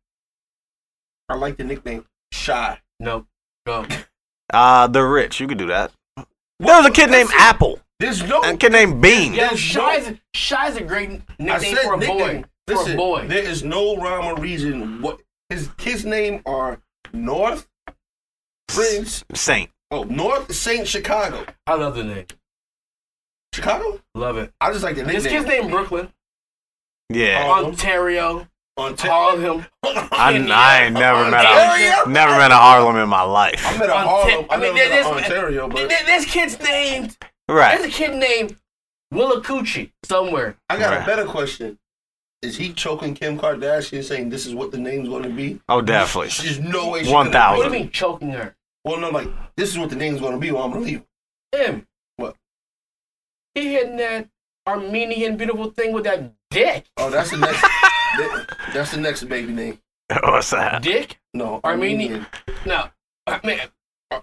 [SPEAKER 3] I like the nickname. Shy.
[SPEAKER 1] Nope. Go.
[SPEAKER 2] Uh the rich. You could do that. There was a kid named Apple.
[SPEAKER 3] There's no
[SPEAKER 2] A kid named
[SPEAKER 1] (laughs)
[SPEAKER 2] Bean.
[SPEAKER 1] Yo, Shy's, Shy's a great nickname for a boy.
[SPEAKER 3] nickname.
[SPEAKER 1] for
[SPEAKER 3] Listen,
[SPEAKER 1] a boy.
[SPEAKER 3] There is no rhyme or reason what his his name are North Prince.
[SPEAKER 2] Saint.
[SPEAKER 3] Oh, North Saint Chicago.
[SPEAKER 1] I love the name.
[SPEAKER 3] Chicago?
[SPEAKER 1] Love it.
[SPEAKER 3] I just like the nickname.
[SPEAKER 1] This kid's named Brooklyn,
[SPEAKER 2] Yeah.
[SPEAKER 3] Oh.
[SPEAKER 1] Ontario.
[SPEAKER 3] Ontario. (laughs)
[SPEAKER 1] Call him.
[SPEAKER 2] I, I ain't never met a
[SPEAKER 3] Ontario?
[SPEAKER 2] never met a Harlem in my life.
[SPEAKER 3] I met a
[SPEAKER 1] Onta-
[SPEAKER 3] Harlem.
[SPEAKER 1] I
[SPEAKER 3] I
[SPEAKER 1] mean,
[SPEAKER 3] mean, met
[SPEAKER 1] there's- (laughs)
[SPEAKER 3] a Ontario, Oh, but
[SPEAKER 1] Th- This kid's named. There's a
[SPEAKER 2] Right.
[SPEAKER 1] kid named Willacoochee somewhere.
[SPEAKER 3] I got
[SPEAKER 2] Right.
[SPEAKER 3] a better question. Is he choking Kim Kardashian, saying this is what the name's going to be?
[SPEAKER 2] Oh, definitely. (laughs)
[SPEAKER 3] There's no way. she
[SPEAKER 2] One
[SPEAKER 3] could-
[SPEAKER 1] What do you
[SPEAKER 2] thousand.
[SPEAKER 1] mean choking her?
[SPEAKER 3] Well, no, like this is what the name's going to be. Well, I'm going to leave.
[SPEAKER 1] Him.
[SPEAKER 3] What?
[SPEAKER 1] He hitting that Armenian beautiful thing with that dick. (laughs)
[SPEAKER 3] Oh, that's the next. that- that's the next baby name.
[SPEAKER 2] What's that?
[SPEAKER 1] Dick?
[SPEAKER 3] No,
[SPEAKER 1] Armenian. No. Uh, Man,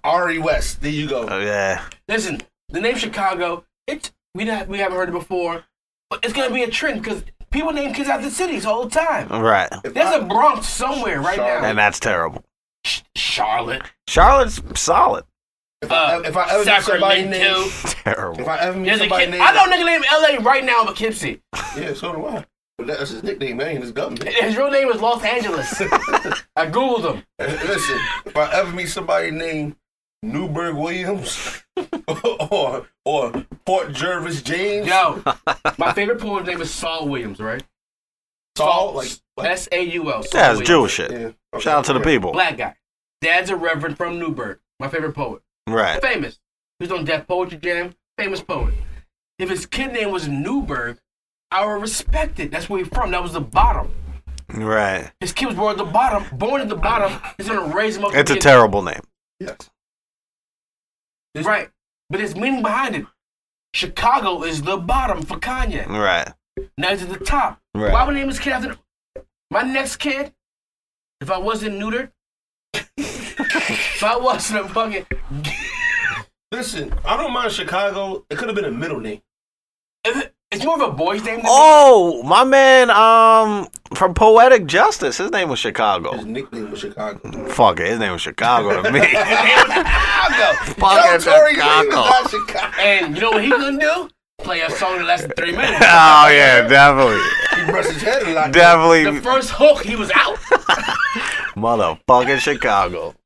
[SPEAKER 3] Ari E West. There you go.
[SPEAKER 2] Oh, yeah.
[SPEAKER 1] listen. The name Chicago. It's we not, we haven't heard it before, but it's gonna be a trend because people name kids after cities all the time.
[SPEAKER 2] Right.
[SPEAKER 3] If
[SPEAKER 1] There's
[SPEAKER 3] I-
[SPEAKER 1] a Bronx somewhere right now.
[SPEAKER 2] And that's terrible.
[SPEAKER 1] Sh- Charlotte.
[SPEAKER 2] Charlotte's solid.
[SPEAKER 3] If
[SPEAKER 1] Uh,
[SPEAKER 3] I, if I ever get somebody
[SPEAKER 1] Sacramento.
[SPEAKER 3] named, if
[SPEAKER 2] (laughs) Terrible.
[SPEAKER 3] I ever meet
[SPEAKER 1] There's a
[SPEAKER 3] somebody
[SPEAKER 1] kid.
[SPEAKER 3] named,
[SPEAKER 1] I know a nigga named L.A. right now in Poughkeepsie.
[SPEAKER 3] Yeah, so do I. But that's his nickname. That ain't his government. (laughs)
[SPEAKER 1] His real name is Los (laughs) Angeles. I googled him.
[SPEAKER 3] Listen, if I ever meet somebody named Newberg Williams (laughs) or or Port Jervis James,
[SPEAKER 1] Yo, my favorite poet's name is Saul Williams, right?
[SPEAKER 3] Saul, like, like
[SPEAKER 1] S A U L. Saul
[SPEAKER 2] Yeah, it's
[SPEAKER 1] Williams.
[SPEAKER 2] Jewish shit.
[SPEAKER 3] yeah. Okay,
[SPEAKER 2] Shout out to the
[SPEAKER 3] okay.
[SPEAKER 2] people.
[SPEAKER 1] Black guy. Dad's a reverend from Newburgh. My favorite poet.
[SPEAKER 2] Right.
[SPEAKER 1] Famous. He was on Death Poetry Jam. Famous poet. If his kid name was Newburgh, I would respect it. That's where he's from. That was the bottom.
[SPEAKER 2] Right.
[SPEAKER 1] His kid was born at the bottom. Born at the bottom, he's gonna raise him up. to
[SPEAKER 2] It's a
[SPEAKER 1] get-
[SPEAKER 2] terrible name.
[SPEAKER 3] Yes.
[SPEAKER 1] Right. But there's meaning behind it. Chicago is the bottom for Kanye.
[SPEAKER 2] Right.
[SPEAKER 1] Now he's at the top.
[SPEAKER 2] Right.
[SPEAKER 1] Why would I name his kid after my next kid? If I wasn't neutered, (laughs) if I wasn't a fucking,
[SPEAKER 3] Listen, I don't mind Chicago. It could have been a middle name.
[SPEAKER 1] if it- it's more of a boy's name. Than
[SPEAKER 2] Oh, my man um from Poetic Justice. His name was
[SPEAKER 3] His
[SPEAKER 2] Chicago.
[SPEAKER 3] nickname was Chicago.
[SPEAKER 2] Fuck it. His name was Chicago
[SPEAKER 1] (laughs)
[SPEAKER 2] to me.
[SPEAKER 3] Chicago.
[SPEAKER 2] Fucking
[SPEAKER 3] Tory Lanez
[SPEAKER 2] Chicago.
[SPEAKER 3] is not Chicago.
[SPEAKER 1] and you know what he gonna do? Play a song that lasts for three
[SPEAKER 2] (laughs)
[SPEAKER 1] minutes.
[SPEAKER 2] (laughs) oh yeah, definitely.
[SPEAKER 3] He brushed his head a lot.
[SPEAKER 1] The
[SPEAKER 2] Definitely
[SPEAKER 1] first hook, he was out. (laughs)
[SPEAKER 2] motherfucking Chicago.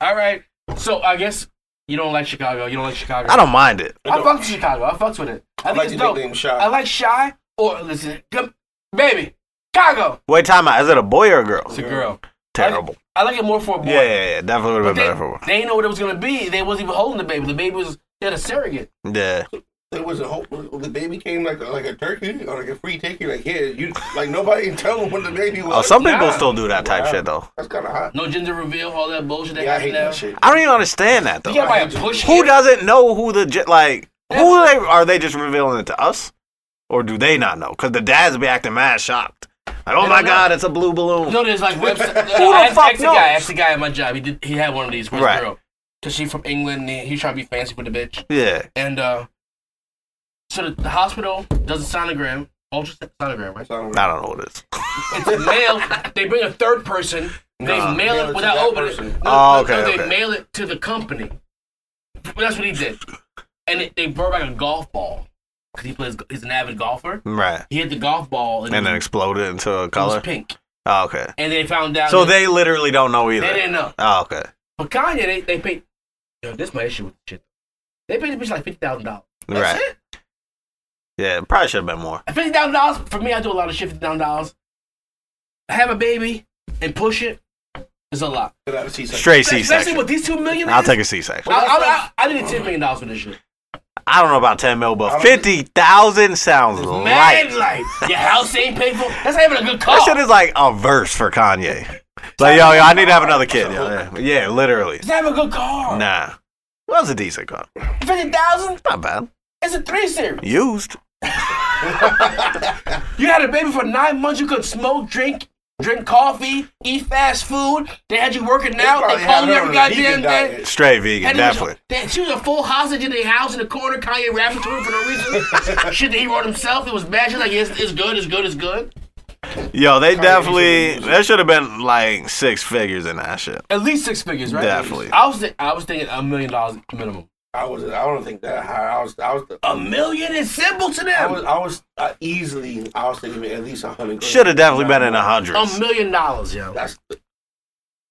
[SPEAKER 1] All right. So I guess you don't like Chicago. You don't like Chicago.
[SPEAKER 2] I don't mind it.
[SPEAKER 1] I fucks with Chicago. I fucks with it. I,
[SPEAKER 3] I
[SPEAKER 1] think
[SPEAKER 3] like
[SPEAKER 1] it's
[SPEAKER 3] the
[SPEAKER 1] dope.
[SPEAKER 3] nickname Shy.
[SPEAKER 1] I like shy or listen, come, baby, Chicago.
[SPEAKER 2] Wait, time out. Is it a boy or a girl?
[SPEAKER 1] It's a girl.
[SPEAKER 2] Terrible.
[SPEAKER 1] I like it more for a boy.
[SPEAKER 2] Yeah, yeah, yeah. Definitely
[SPEAKER 1] But
[SPEAKER 2] would have been
[SPEAKER 1] They,
[SPEAKER 2] better for
[SPEAKER 1] they didn't know what it was gonna be. They wasn't even holding the baby. The baby was they had a surrogate.
[SPEAKER 2] Yeah.
[SPEAKER 3] There was a hope. The baby came like a, like a turkey or like a free turkey. Like here, you like nobody (laughs) can tell him what the baby was.
[SPEAKER 2] Oh, some people
[SPEAKER 1] Nah.
[SPEAKER 2] still do that type
[SPEAKER 3] Wow.
[SPEAKER 2] shit though.
[SPEAKER 3] That's kind of hot.
[SPEAKER 1] No gender reveal, all that bullshit that
[SPEAKER 3] Yeah, I hate
[SPEAKER 1] happened now.
[SPEAKER 3] that shit.
[SPEAKER 2] I don't even understand that though.
[SPEAKER 1] You got by
[SPEAKER 3] I
[SPEAKER 1] a
[SPEAKER 3] hate that
[SPEAKER 1] push.
[SPEAKER 2] who doesn't know who the ge- like who are they are they just revealing it to us or do they not know because the dads be acting mad shocked like oh
[SPEAKER 1] They
[SPEAKER 2] my
[SPEAKER 1] don't know.
[SPEAKER 2] god it's a blue balloon
[SPEAKER 1] No, there's like website.
[SPEAKER 2] Who the
[SPEAKER 1] I asked-
[SPEAKER 2] fuck
[SPEAKER 1] asked the guy.
[SPEAKER 2] knows?
[SPEAKER 1] Asked the guy at my job. He did. He had one of these. With
[SPEAKER 2] Right.
[SPEAKER 1] Girl. because she's from England. And he's trying to be fancy with the bitch.
[SPEAKER 2] Yeah.
[SPEAKER 1] And uh, so the, the hospital does a sonogram, ultrasonogram, right?
[SPEAKER 3] So,
[SPEAKER 2] I don't know what it is. (laughs)
[SPEAKER 1] It's a mail. They bring a third person. They
[SPEAKER 2] Nah.
[SPEAKER 1] mail
[SPEAKER 3] Mail it
[SPEAKER 1] it
[SPEAKER 3] to
[SPEAKER 1] without
[SPEAKER 3] that
[SPEAKER 1] opening. it.
[SPEAKER 3] person.
[SPEAKER 2] Oh, okay,
[SPEAKER 1] they
[SPEAKER 2] okay.
[SPEAKER 1] mail it to the company. Well, That's what he did. And it, they brought back a golf ball because he plays. He's an avid golfer.
[SPEAKER 2] Right.
[SPEAKER 1] He hit the golf ball and, it,
[SPEAKER 2] And then
[SPEAKER 1] was,
[SPEAKER 2] exploded into a
[SPEAKER 1] it was
[SPEAKER 2] color.
[SPEAKER 1] pink.
[SPEAKER 2] Oh, okay.
[SPEAKER 1] And they found out.
[SPEAKER 2] So
[SPEAKER 1] that-
[SPEAKER 2] they literally don't know either.
[SPEAKER 1] they didn't know.
[SPEAKER 2] Oh, okay.
[SPEAKER 1] But Kanye, they they paid. Yo, this my issue with the shit. They paid the bitch like fifty thousand dollars. That's
[SPEAKER 2] right.
[SPEAKER 1] it.
[SPEAKER 2] Yeah, it probably should have been more.
[SPEAKER 1] Fifty thousand dollars for me. I do a lot of shit. Fifty thousand dollars. Have a baby and push it is a lot.
[SPEAKER 3] Get out of the C-section.
[SPEAKER 2] Straight C
[SPEAKER 1] Especially
[SPEAKER 2] section.
[SPEAKER 1] with these two million.
[SPEAKER 2] I'll
[SPEAKER 1] niggas.
[SPEAKER 2] take a C section.
[SPEAKER 1] I, I, I, I needed ten million dollars for this shit.
[SPEAKER 2] I don't know about 10 mil,
[SPEAKER 3] I
[SPEAKER 2] but
[SPEAKER 3] don't-
[SPEAKER 2] 50,000 sounds light.
[SPEAKER 1] Mad life. Your house ain't paid for. That's not even a good car.
[SPEAKER 2] That shit is like a verse
[SPEAKER 1] (laughs)
[SPEAKER 2] for Kanye. It's Like, yo, yo, I need to have another kid. Yo, yeah. yeah, literally.
[SPEAKER 1] It's not even a good car.
[SPEAKER 2] Nah. Well, it's a decent car.
[SPEAKER 1] Fifty thousand.
[SPEAKER 2] Not bad.
[SPEAKER 1] It's a three series.
[SPEAKER 2] Used.
[SPEAKER 1] You had a baby for nine months. You could smoke, drink, drink coffee, eat fast food. They had you working out. They
[SPEAKER 3] probably
[SPEAKER 1] called
[SPEAKER 3] had
[SPEAKER 1] you
[SPEAKER 3] her
[SPEAKER 1] every
[SPEAKER 3] on a vegan
[SPEAKER 1] goddamn day.
[SPEAKER 3] diet.
[SPEAKER 2] Straight vegan,
[SPEAKER 1] And it was-
[SPEAKER 2] definitely.
[SPEAKER 1] that- she was a full hostage in their house in the corner, Kanye rapping to her for no (laughs) reason. Shit that he wrote himself. It was bad. She's like, it's, it's good, it's good, it's good.
[SPEAKER 2] Yo, they
[SPEAKER 3] should've
[SPEAKER 2] definitely,
[SPEAKER 3] used it.
[SPEAKER 2] there should have been like six figures in that shit.
[SPEAKER 1] At least six figures, right?
[SPEAKER 2] Definitely.
[SPEAKER 1] I was, thi- I was thinking a million dollars minimum.
[SPEAKER 3] I was. I don't think that high. I was. I was. The,
[SPEAKER 1] A million is simple to
[SPEAKER 3] I
[SPEAKER 1] them.
[SPEAKER 3] was. I was uh, easily. I was thinking at least a hundred. grand.
[SPEAKER 2] Should have definitely been in the
[SPEAKER 1] A
[SPEAKER 2] hundreds.
[SPEAKER 1] million dollars, yo.
[SPEAKER 3] That's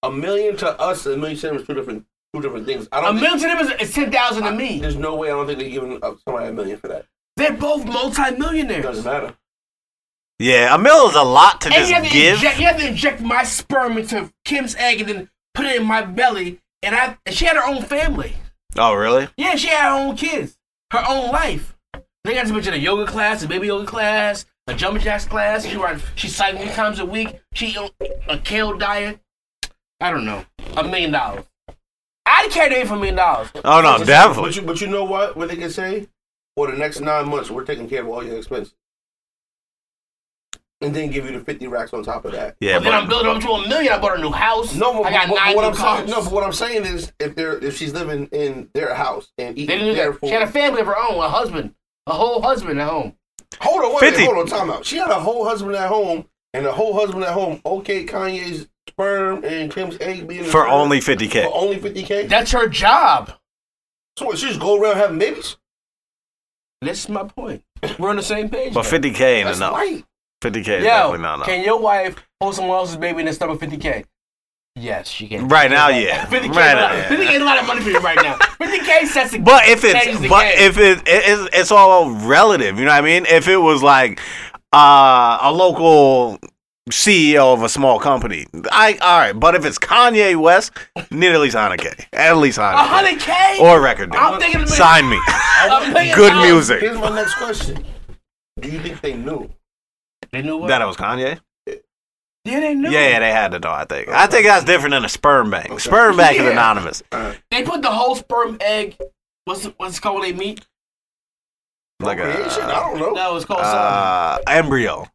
[SPEAKER 3] a million to us. and A million to them is two different. Two different things. I don't.
[SPEAKER 1] A
[SPEAKER 3] think-
[SPEAKER 1] million to them is, is ten thousand to me.
[SPEAKER 3] There's no way. I don't think they're giving up somebody a million for that.
[SPEAKER 1] They're both
[SPEAKER 3] It
[SPEAKER 1] multimillionaires.
[SPEAKER 3] doesn't matter.
[SPEAKER 2] Yeah, a mil is a lot to
[SPEAKER 1] And
[SPEAKER 2] just
[SPEAKER 1] you have, to
[SPEAKER 2] give.
[SPEAKER 1] inject, you have to inject my sperm into Kim's egg and then put it in my belly. And I, and she had her own family.
[SPEAKER 2] Oh, really?
[SPEAKER 1] Yeah, she had her own kids, her own life. They got this bitch in a yoga class, a baby yoga class, a jumping jacks class. She run, she cycling three times a week. She eat a kale diet. I don't know, a million dollars. I'd carry the baby for a million dollars.
[SPEAKER 2] Oh, no,
[SPEAKER 3] But
[SPEAKER 2] definitely.
[SPEAKER 3] you, but you know what? What they can say? For the next nine months, we're taking care of all your expenses, and then give you the fifty racks on top of that.
[SPEAKER 2] Yeah,
[SPEAKER 1] but then I'm
[SPEAKER 2] but
[SPEAKER 1] building up to a million. I bought a new house.
[SPEAKER 3] No, but,
[SPEAKER 1] I got
[SPEAKER 3] but- but
[SPEAKER 1] nine
[SPEAKER 3] what
[SPEAKER 1] new
[SPEAKER 3] I'm
[SPEAKER 1] cars.
[SPEAKER 3] saying, no, but what I'm saying is, if they're if she's living in their house and
[SPEAKER 1] they
[SPEAKER 3] eating
[SPEAKER 1] didn't do
[SPEAKER 3] their
[SPEAKER 1] that.
[SPEAKER 3] food,
[SPEAKER 1] She had a family of her own, a husband, a whole husband at home.
[SPEAKER 3] hold on, wait,
[SPEAKER 2] 50.
[SPEAKER 3] minute, hold on, time out. She had a whole husband at home, and a whole husband at home. Okay, Kanye's sperm and Kim's egg being
[SPEAKER 2] for
[SPEAKER 3] sperm
[SPEAKER 2] only 50K.
[SPEAKER 3] for only fifty k.
[SPEAKER 1] That's her job.
[SPEAKER 3] So what, she just go around having babies.
[SPEAKER 1] This is my point. We're on the same page.
[SPEAKER 2] But
[SPEAKER 1] now.
[SPEAKER 2] 50K ain't
[SPEAKER 3] That's
[SPEAKER 2] enough.
[SPEAKER 3] light.
[SPEAKER 2] 50K
[SPEAKER 1] Yo,
[SPEAKER 2] is definitely not enough.
[SPEAKER 1] can your wife hold someone else's baby and then stomach 50k? Yes, she can.
[SPEAKER 2] Right
[SPEAKER 1] (laughs)
[SPEAKER 2] now, yeah.
[SPEAKER 1] 50k, is
[SPEAKER 2] Right
[SPEAKER 1] a lot-
[SPEAKER 2] now, yeah.
[SPEAKER 1] 50K is a lot of money for you right
[SPEAKER 2] (laughs)
[SPEAKER 1] now. 50k sets the
[SPEAKER 2] But if it's
[SPEAKER 1] changes the
[SPEAKER 2] but
[SPEAKER 1] game.
[SPEAKER 2] if it, it it's, it's all relative, you know what I mean? If it was like uh, a local CEO of a small company, I all right. But if it's Kanye West, need at least 100k, at least 100k,
[SPEAKER 1] 100k
[SPEAKER 2] or a record deal.
[SPEAKER 1] I'm thinking of it.
[SPEAKER 2] Sign me.
[SPEAKER 1] A million
[SPEAKER 2] (laughs) Good
[SPEAKER 1] dollars.
[SPEAKER 2] music.
[SPEAKER 3] Here's my next question: Do you think they knew?
[SPEAKER 1] They knew what?
[SPEAKER 2] That it was Kanye.
[SPEAKER 1] yeah, they knew.
[SPEAKER 2] Yeah, yeah, they had to know. I think. I think that's different than a sperm bank. Sperm bank
[SPEAKER 1] Yeah.
[SPEAKER 2] is anonymous.
[SPEAKER 1] They put the whole sperm egg. What's it- what's it called? when They meet.
[SPEAKER 2] Like a-
[SPEAKER 3] Procreation?
[SPEAKER 1] uh,
[SPEAKER 3] I don't know.
[SPEAKER 1] No, it's called something.
[SPEAKER 2] Uh, embryo.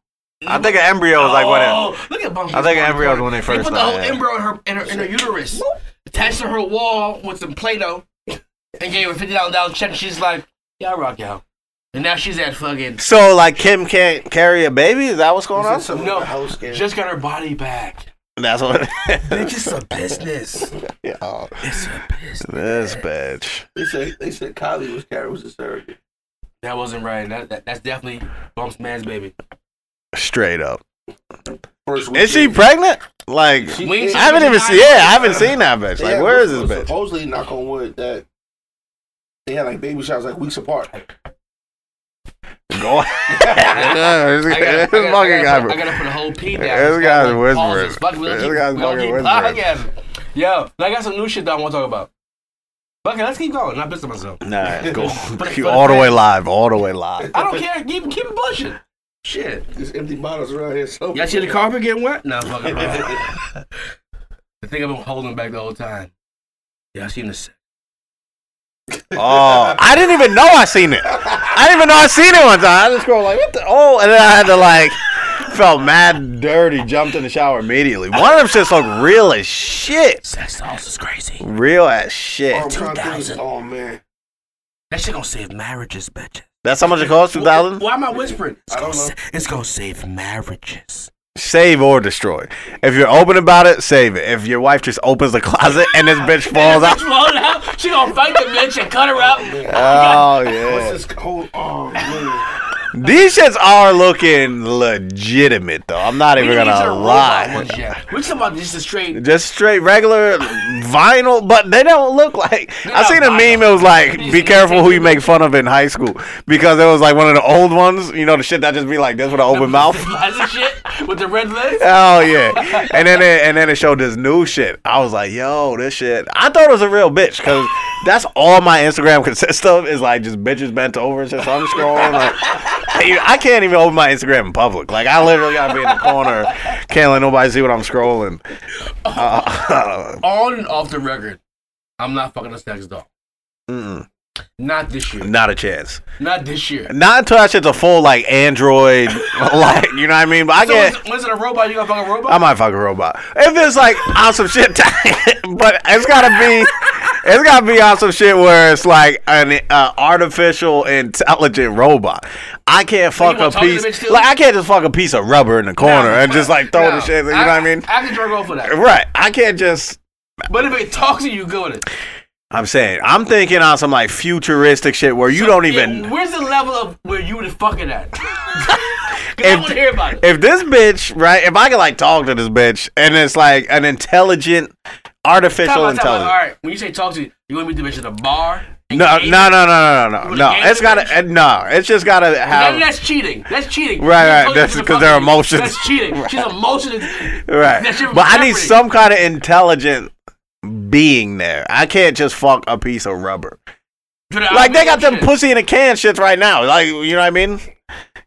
[SPEAKER 2] I think an embryo is like what? it-
[SPEAKER 1] Oh, Look at Bumpy.
[SPEAKER 2] I think an embryo is when they
[SPEAKER 1] They
[SPEAKER 2] first.
[SPEAKER 1] put the
[SPEAKER 2] know,
[SPEAKER 1] whole
[SPEAKER 2] yeah.
[SPEAKER 1] embryo in her in her, in her uterus, attached to her wall with some Play-Doh, and gave her fifty thousand dollars check. And she's like, "Yeah, I rock y'all." And now she's at fucking
[SPEAKER 2] So like Kim can't carry a baby? Is that what's going on?
[SPEAKER 3] Is it something
[SPEAKER 1] No.
[SPEAKER 3] the house game?
[SPEAKER 1] just got her body back.
[SPEAKER 2] That's what.
[SPEAKER 1] (laughs) Bitch, it's a business.
[SPEAKER 2] Yo,
[SPEAKER 1] It's a business.
[SPEAKER 2] (laughs) this bitch.
[SPEAKER 3] They said they said Kylie was Carrie was a surrogate.
[SPEAKER 1] That wasn't right. That, that that's definitely Bump's man's
[SPEAKER 2] (laughs)
[SPEAKER 1] baby.
[SPEAKER 2] Straight up.
[SPEAKER 3] First
[SPEAKER 2] Is she
[SPEAKER 3] weekend.
[SPEAKER 2] pregnant? Like
[SPEAKER 3] She-
[SPEAKER 1] Wings-
[SPEAKER 2] I haven't even seen. Yeah, I haven't seen that bitch.
[SPEAKER 3] they
[SPEAKER 2] Like
[SPEAKER 3] had-
[SPEAKER 2] where is this
[SPEAKER 3] was
[SPEAKER 2] bitch?
[SPEAKER 3] Supposedly, knock on wood, that they had like baby showers like weeks apart.
[SPEAKER 1] (laughs)
[SPEAKER 2] Go. This
[SPEAKER 1] I gotta, I, gotta, I,
[SPEAKER 2] fucking
[SPEAKER 1] gotta put, I
[SPEAKER 2] guy-
[SPEAKER 1] gotta put a whole pee down.
[SPEAKER 2] This
[SPEAKER 1] It's
[SPEAKER 2] guy's
[SPEAKER 1] gotta, like,
[SPEAKER 2] whispering.
[SPEAKER 1] pause Fuck, we don't
[SPEAKER 2] This
[SPEAKER 1] keep-
[SPEAKER 2] guy's
[SPEAKER 1] we don't
[SPEAKER 2] fucking
[SPEAKER 1] keep
[SPEAKER 2] whispering.
[SPEAKER 1] podcasting. Yo, I got some new shit that I want to talk about. Fuck it, let's keep going. Not pissing myself. (laughs)
[SPEAKER 2] Nah, go
[SPEAKER 1] But-
[SPEAKER 2] You
[SPEAKER 1] but-
[SPEAKER 2] all the way live, all the
[SPEAKER 1] (laughs)
[SPEAKER 2] way live.
[SPEAKER 1] I don't care. Keep keep it pushing. Shit.
[SPEAKER 3] There's empty bottles around here. So
[SPEAKER 1] Y'all see the
[SPEAKER 3] (laughs)
[SPEAKER 1] carpet getting wet? No, fucking wrong. the thing I've been holding back the whole time. Y'all seen this?
[SPEAKER 2] Oh, I didn't even know I seen it. I didn't even know I seen it one time. I just go like, what the? Oh, and then I had to like felt mad dirty, jumped in the shower immediately. One of them shits looked real as shit.
[SPEAKER 1] Sex dolls is crazy.
[SPEAKER 2] Real as shit.
[SPEAKER 3] I'm trying to think.
[SPEAKER 1] 2000.
[SPEAKER 3] Oh man,
[SPEAKER 1] That shit gonna save marriages, bitch.
[SPEAKER 2] That's how much it costs? Two thousand?
[SPEAKER 1] Why am I whispering? It's
[SPEAKER 3] I don't
[SPEAKER 1] gonna,
[SPEAKER 3] know.
[SPEAKER 1] sa- it's gonna save marriages.
[SPEAKER 2] Save or destroy. If you're open about it, save it. If your wife just opens the closet and this bitch
[SPEAKER 1] (laughs)
[SPEAKER 2] falls out.
[SPEAKER 1] Roll out. She gonna fight the bitch and cut her up.
[SPEAKER 2] Oh
[SPEAKER 3] what's
[SPEAKER 2] yeah.
[SPEAKER 3] this cold? Oh
[SPEAKER 1] (laughs)
[SPEAKER 3] man,
[SPEAKER 2] These shits are looking legitimate though. I'm not even gonna lie.
[SPEAKER 1] We talking about just a straight.
[SPEAKER 2] Just straight regular vinyl, but they don't look like. I
[SPEAKER 1] not
[SPEAKER 2] seen a
[SPEAKER 1] vinyl.
[SPEAKER 2] meme. It was like,
[SPEAKER 1] These
[SPEAKER 2] "Be
[SPEAKER 1] are
[SPEAKER 2] careful who you
[SPEAKER 1] taking-
[SPEAKER 2] make fun of in high school," because it was like one of the old ones. You know, the shit that just be like this with an open mouth.
[SPEAKER 1] That's of shit with the red lips.
[SPEAKER 2] Oh yeah, and then it, and then it showed this new shit. I was like, "Yo, this shit." I thought it was a real bitch because that's all my Instagram (laughs) consists of is like just bitches bent over and shit. So I'm scrolling like. I I can't even open my Instagram in public. Like I literally gotta be in the corner, can't let nobody see what I'm scrolling. Uh, (laughs)
[SPEAKER 1] On and off the record, I'm not fucking a sex doll.
[SPEAKER 2] mm-mm.
[SPEAKER 1] Not this year.
[SPEAKER 2] Not a chance.
[SPEAKER 1] Not this year.
[SPEAKER 2] Not until that shit's a full like Android, (laughs) like you know what I mean. But I
[SPEAKER 1] So
[SPEAKER 2] get,
[SPEAKER 1] is, was it a robot? You gonna fuck a robot?
[SPEAKER 2] I might fuck a robot if it's like on some shit. (laughs) but it's gotta be, it's gotta be on some shit where it's like an uh, artificial intelligent robot. I can't
[SPEAKER 1] you
[SPEAKER 2] fuck
[SPEAKER 1] gonna
[SPEAKER 2] a
[SPEAKER 1] talk to the bitch
[SPEAKER 2] piece,
[SPEAKER 1] too?
[SPEAKER 2] like I can't just fuck a piece of rubber in the corner and just like throw
[SPEAKER 1] No.
[SPEAKER 2] the shit. You know what I mean?
[SPEAKER 1] I can jerk off for that.
[SPEAKER 2] Right. I can't just
[SPEAKER 1] But if it talks to you, go with it.
[SPEAKER 2] I'm saying I'm thinking on some like futuristic shit where you don't even.
[SPEAKER 1] Yeah, where's the level of where you would fuck it at? (laughs) 'Cause I
[SPEAKER 2] If-
[SPEAKER 1] want to hear about it.
[SPEAKER 2] If this bitch, right? If I could like talk to this bitch and it's like an intelligent,
[SPEAKER 1] Time
[SPEAKER 2] artificial
[SPEAKER 1] out, time out. All
[SPEAKER 2] intelligence.
[SPEAKER 1] right. When you say talk to you, you gonna meet the bitch at a bar?
[SPEAKER 2] No, no, no, no, no, no,
[SPEAKER 1] You
[SPEAKER 2] no.
[SPEAKER 1] wanna
[SPEAKER 2] It's
[SPEAKER 1] game
[SPEAKER 2] gotta,
[SPEAKER 1] the
[SPEAKER 2] it, no. It's just gotta
[SPEAKER 1] That,
[SPEAKER 2] have.
[SPEAKER 1] that's cheating. That's cheating.
[SPEAKER 2] Right,
[SPEAKER 1] You
[SPEAKER 2] right.
[SPEAKER 1] told
[SPEAKER 2] That's
[SPEAKER 1] her she's a
[SPEAKER 2] because they're
[SPEAKER 1] fucking-
[SPEAKER 2] emotions.
[SPEAKER 1] That's cheating. She's emotional.
[SPEAKER 2] Right,
[SPEAKER 1] that shit was
[SPEAKER 2] but I need
[SPEAKER 1] jeopardy.
[SPEAKER 2] some kind of intelligent being there. I can't just fuck a piece of rubber.
[SPEAKER 1] Oh,
[SPEAKER 2] Like they got them pussy in a can shits right now. Like you know what I mean?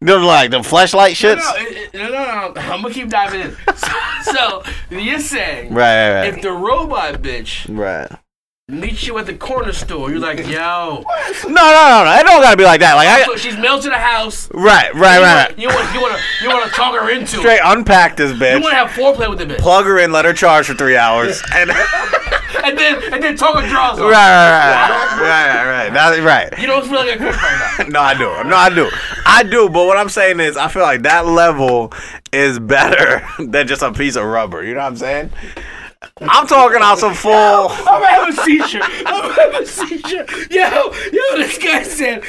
[SPEAKER 2] Them like the flashlight
[SPEAKER 1] No,
[SPEAKER 2] shits.
[SPEAKER 1] no, it- it- no, no, no. I'm gonna keep diving in. (laughs) So, so you're saying
[SPEAKER 2] Right, right, right.
[SPEAKER 1] if the robot bitch
[SPEAKER 2] right.
[SPEAKER 1] meets you at the corner store, you're like, yo,
[SPEAKER 2] No, no, no, no. It don't gotta be like that. Like I.
[SPEAKER 1] so she's mailed to the house.
[SPEAKER 2] Right, right,
[SPEAKER 1] You
[SPEAKER 2] right.
[SPEAKER 1] want, you want, you want to, you want to talk her into it.
[SPEAKER 2] Straight unpack this
[SPEAKER 1] You
[SPEAKER 2] bitch,
[SPEAKER 1] want to have foreplay with the bitch,
[SPEAKER 2] plug her in, let her charge for three hours,
[SPEAKER 1] (laughs)
[SPEAKER 2] and (laughs) right,
[SPEAKER 1] and then and then talk her draws off. (laughs)
[SPEAKER 2] right, right, right, right, right. That's right.
[SPEAKER 1] You don't feel like a good right now.
[SPEAKER 2] (laughs) No, I do. No, I do. I do. But what I'm saying is, I feel like that level is better (laughs) than just a piece of rubber. You know what I'm saying? I'm talking on some full. (laughs)
[SPEAKER 1] I'm gonna have a seizure. I'm gonna have a seizure. Yo, yo, this guy said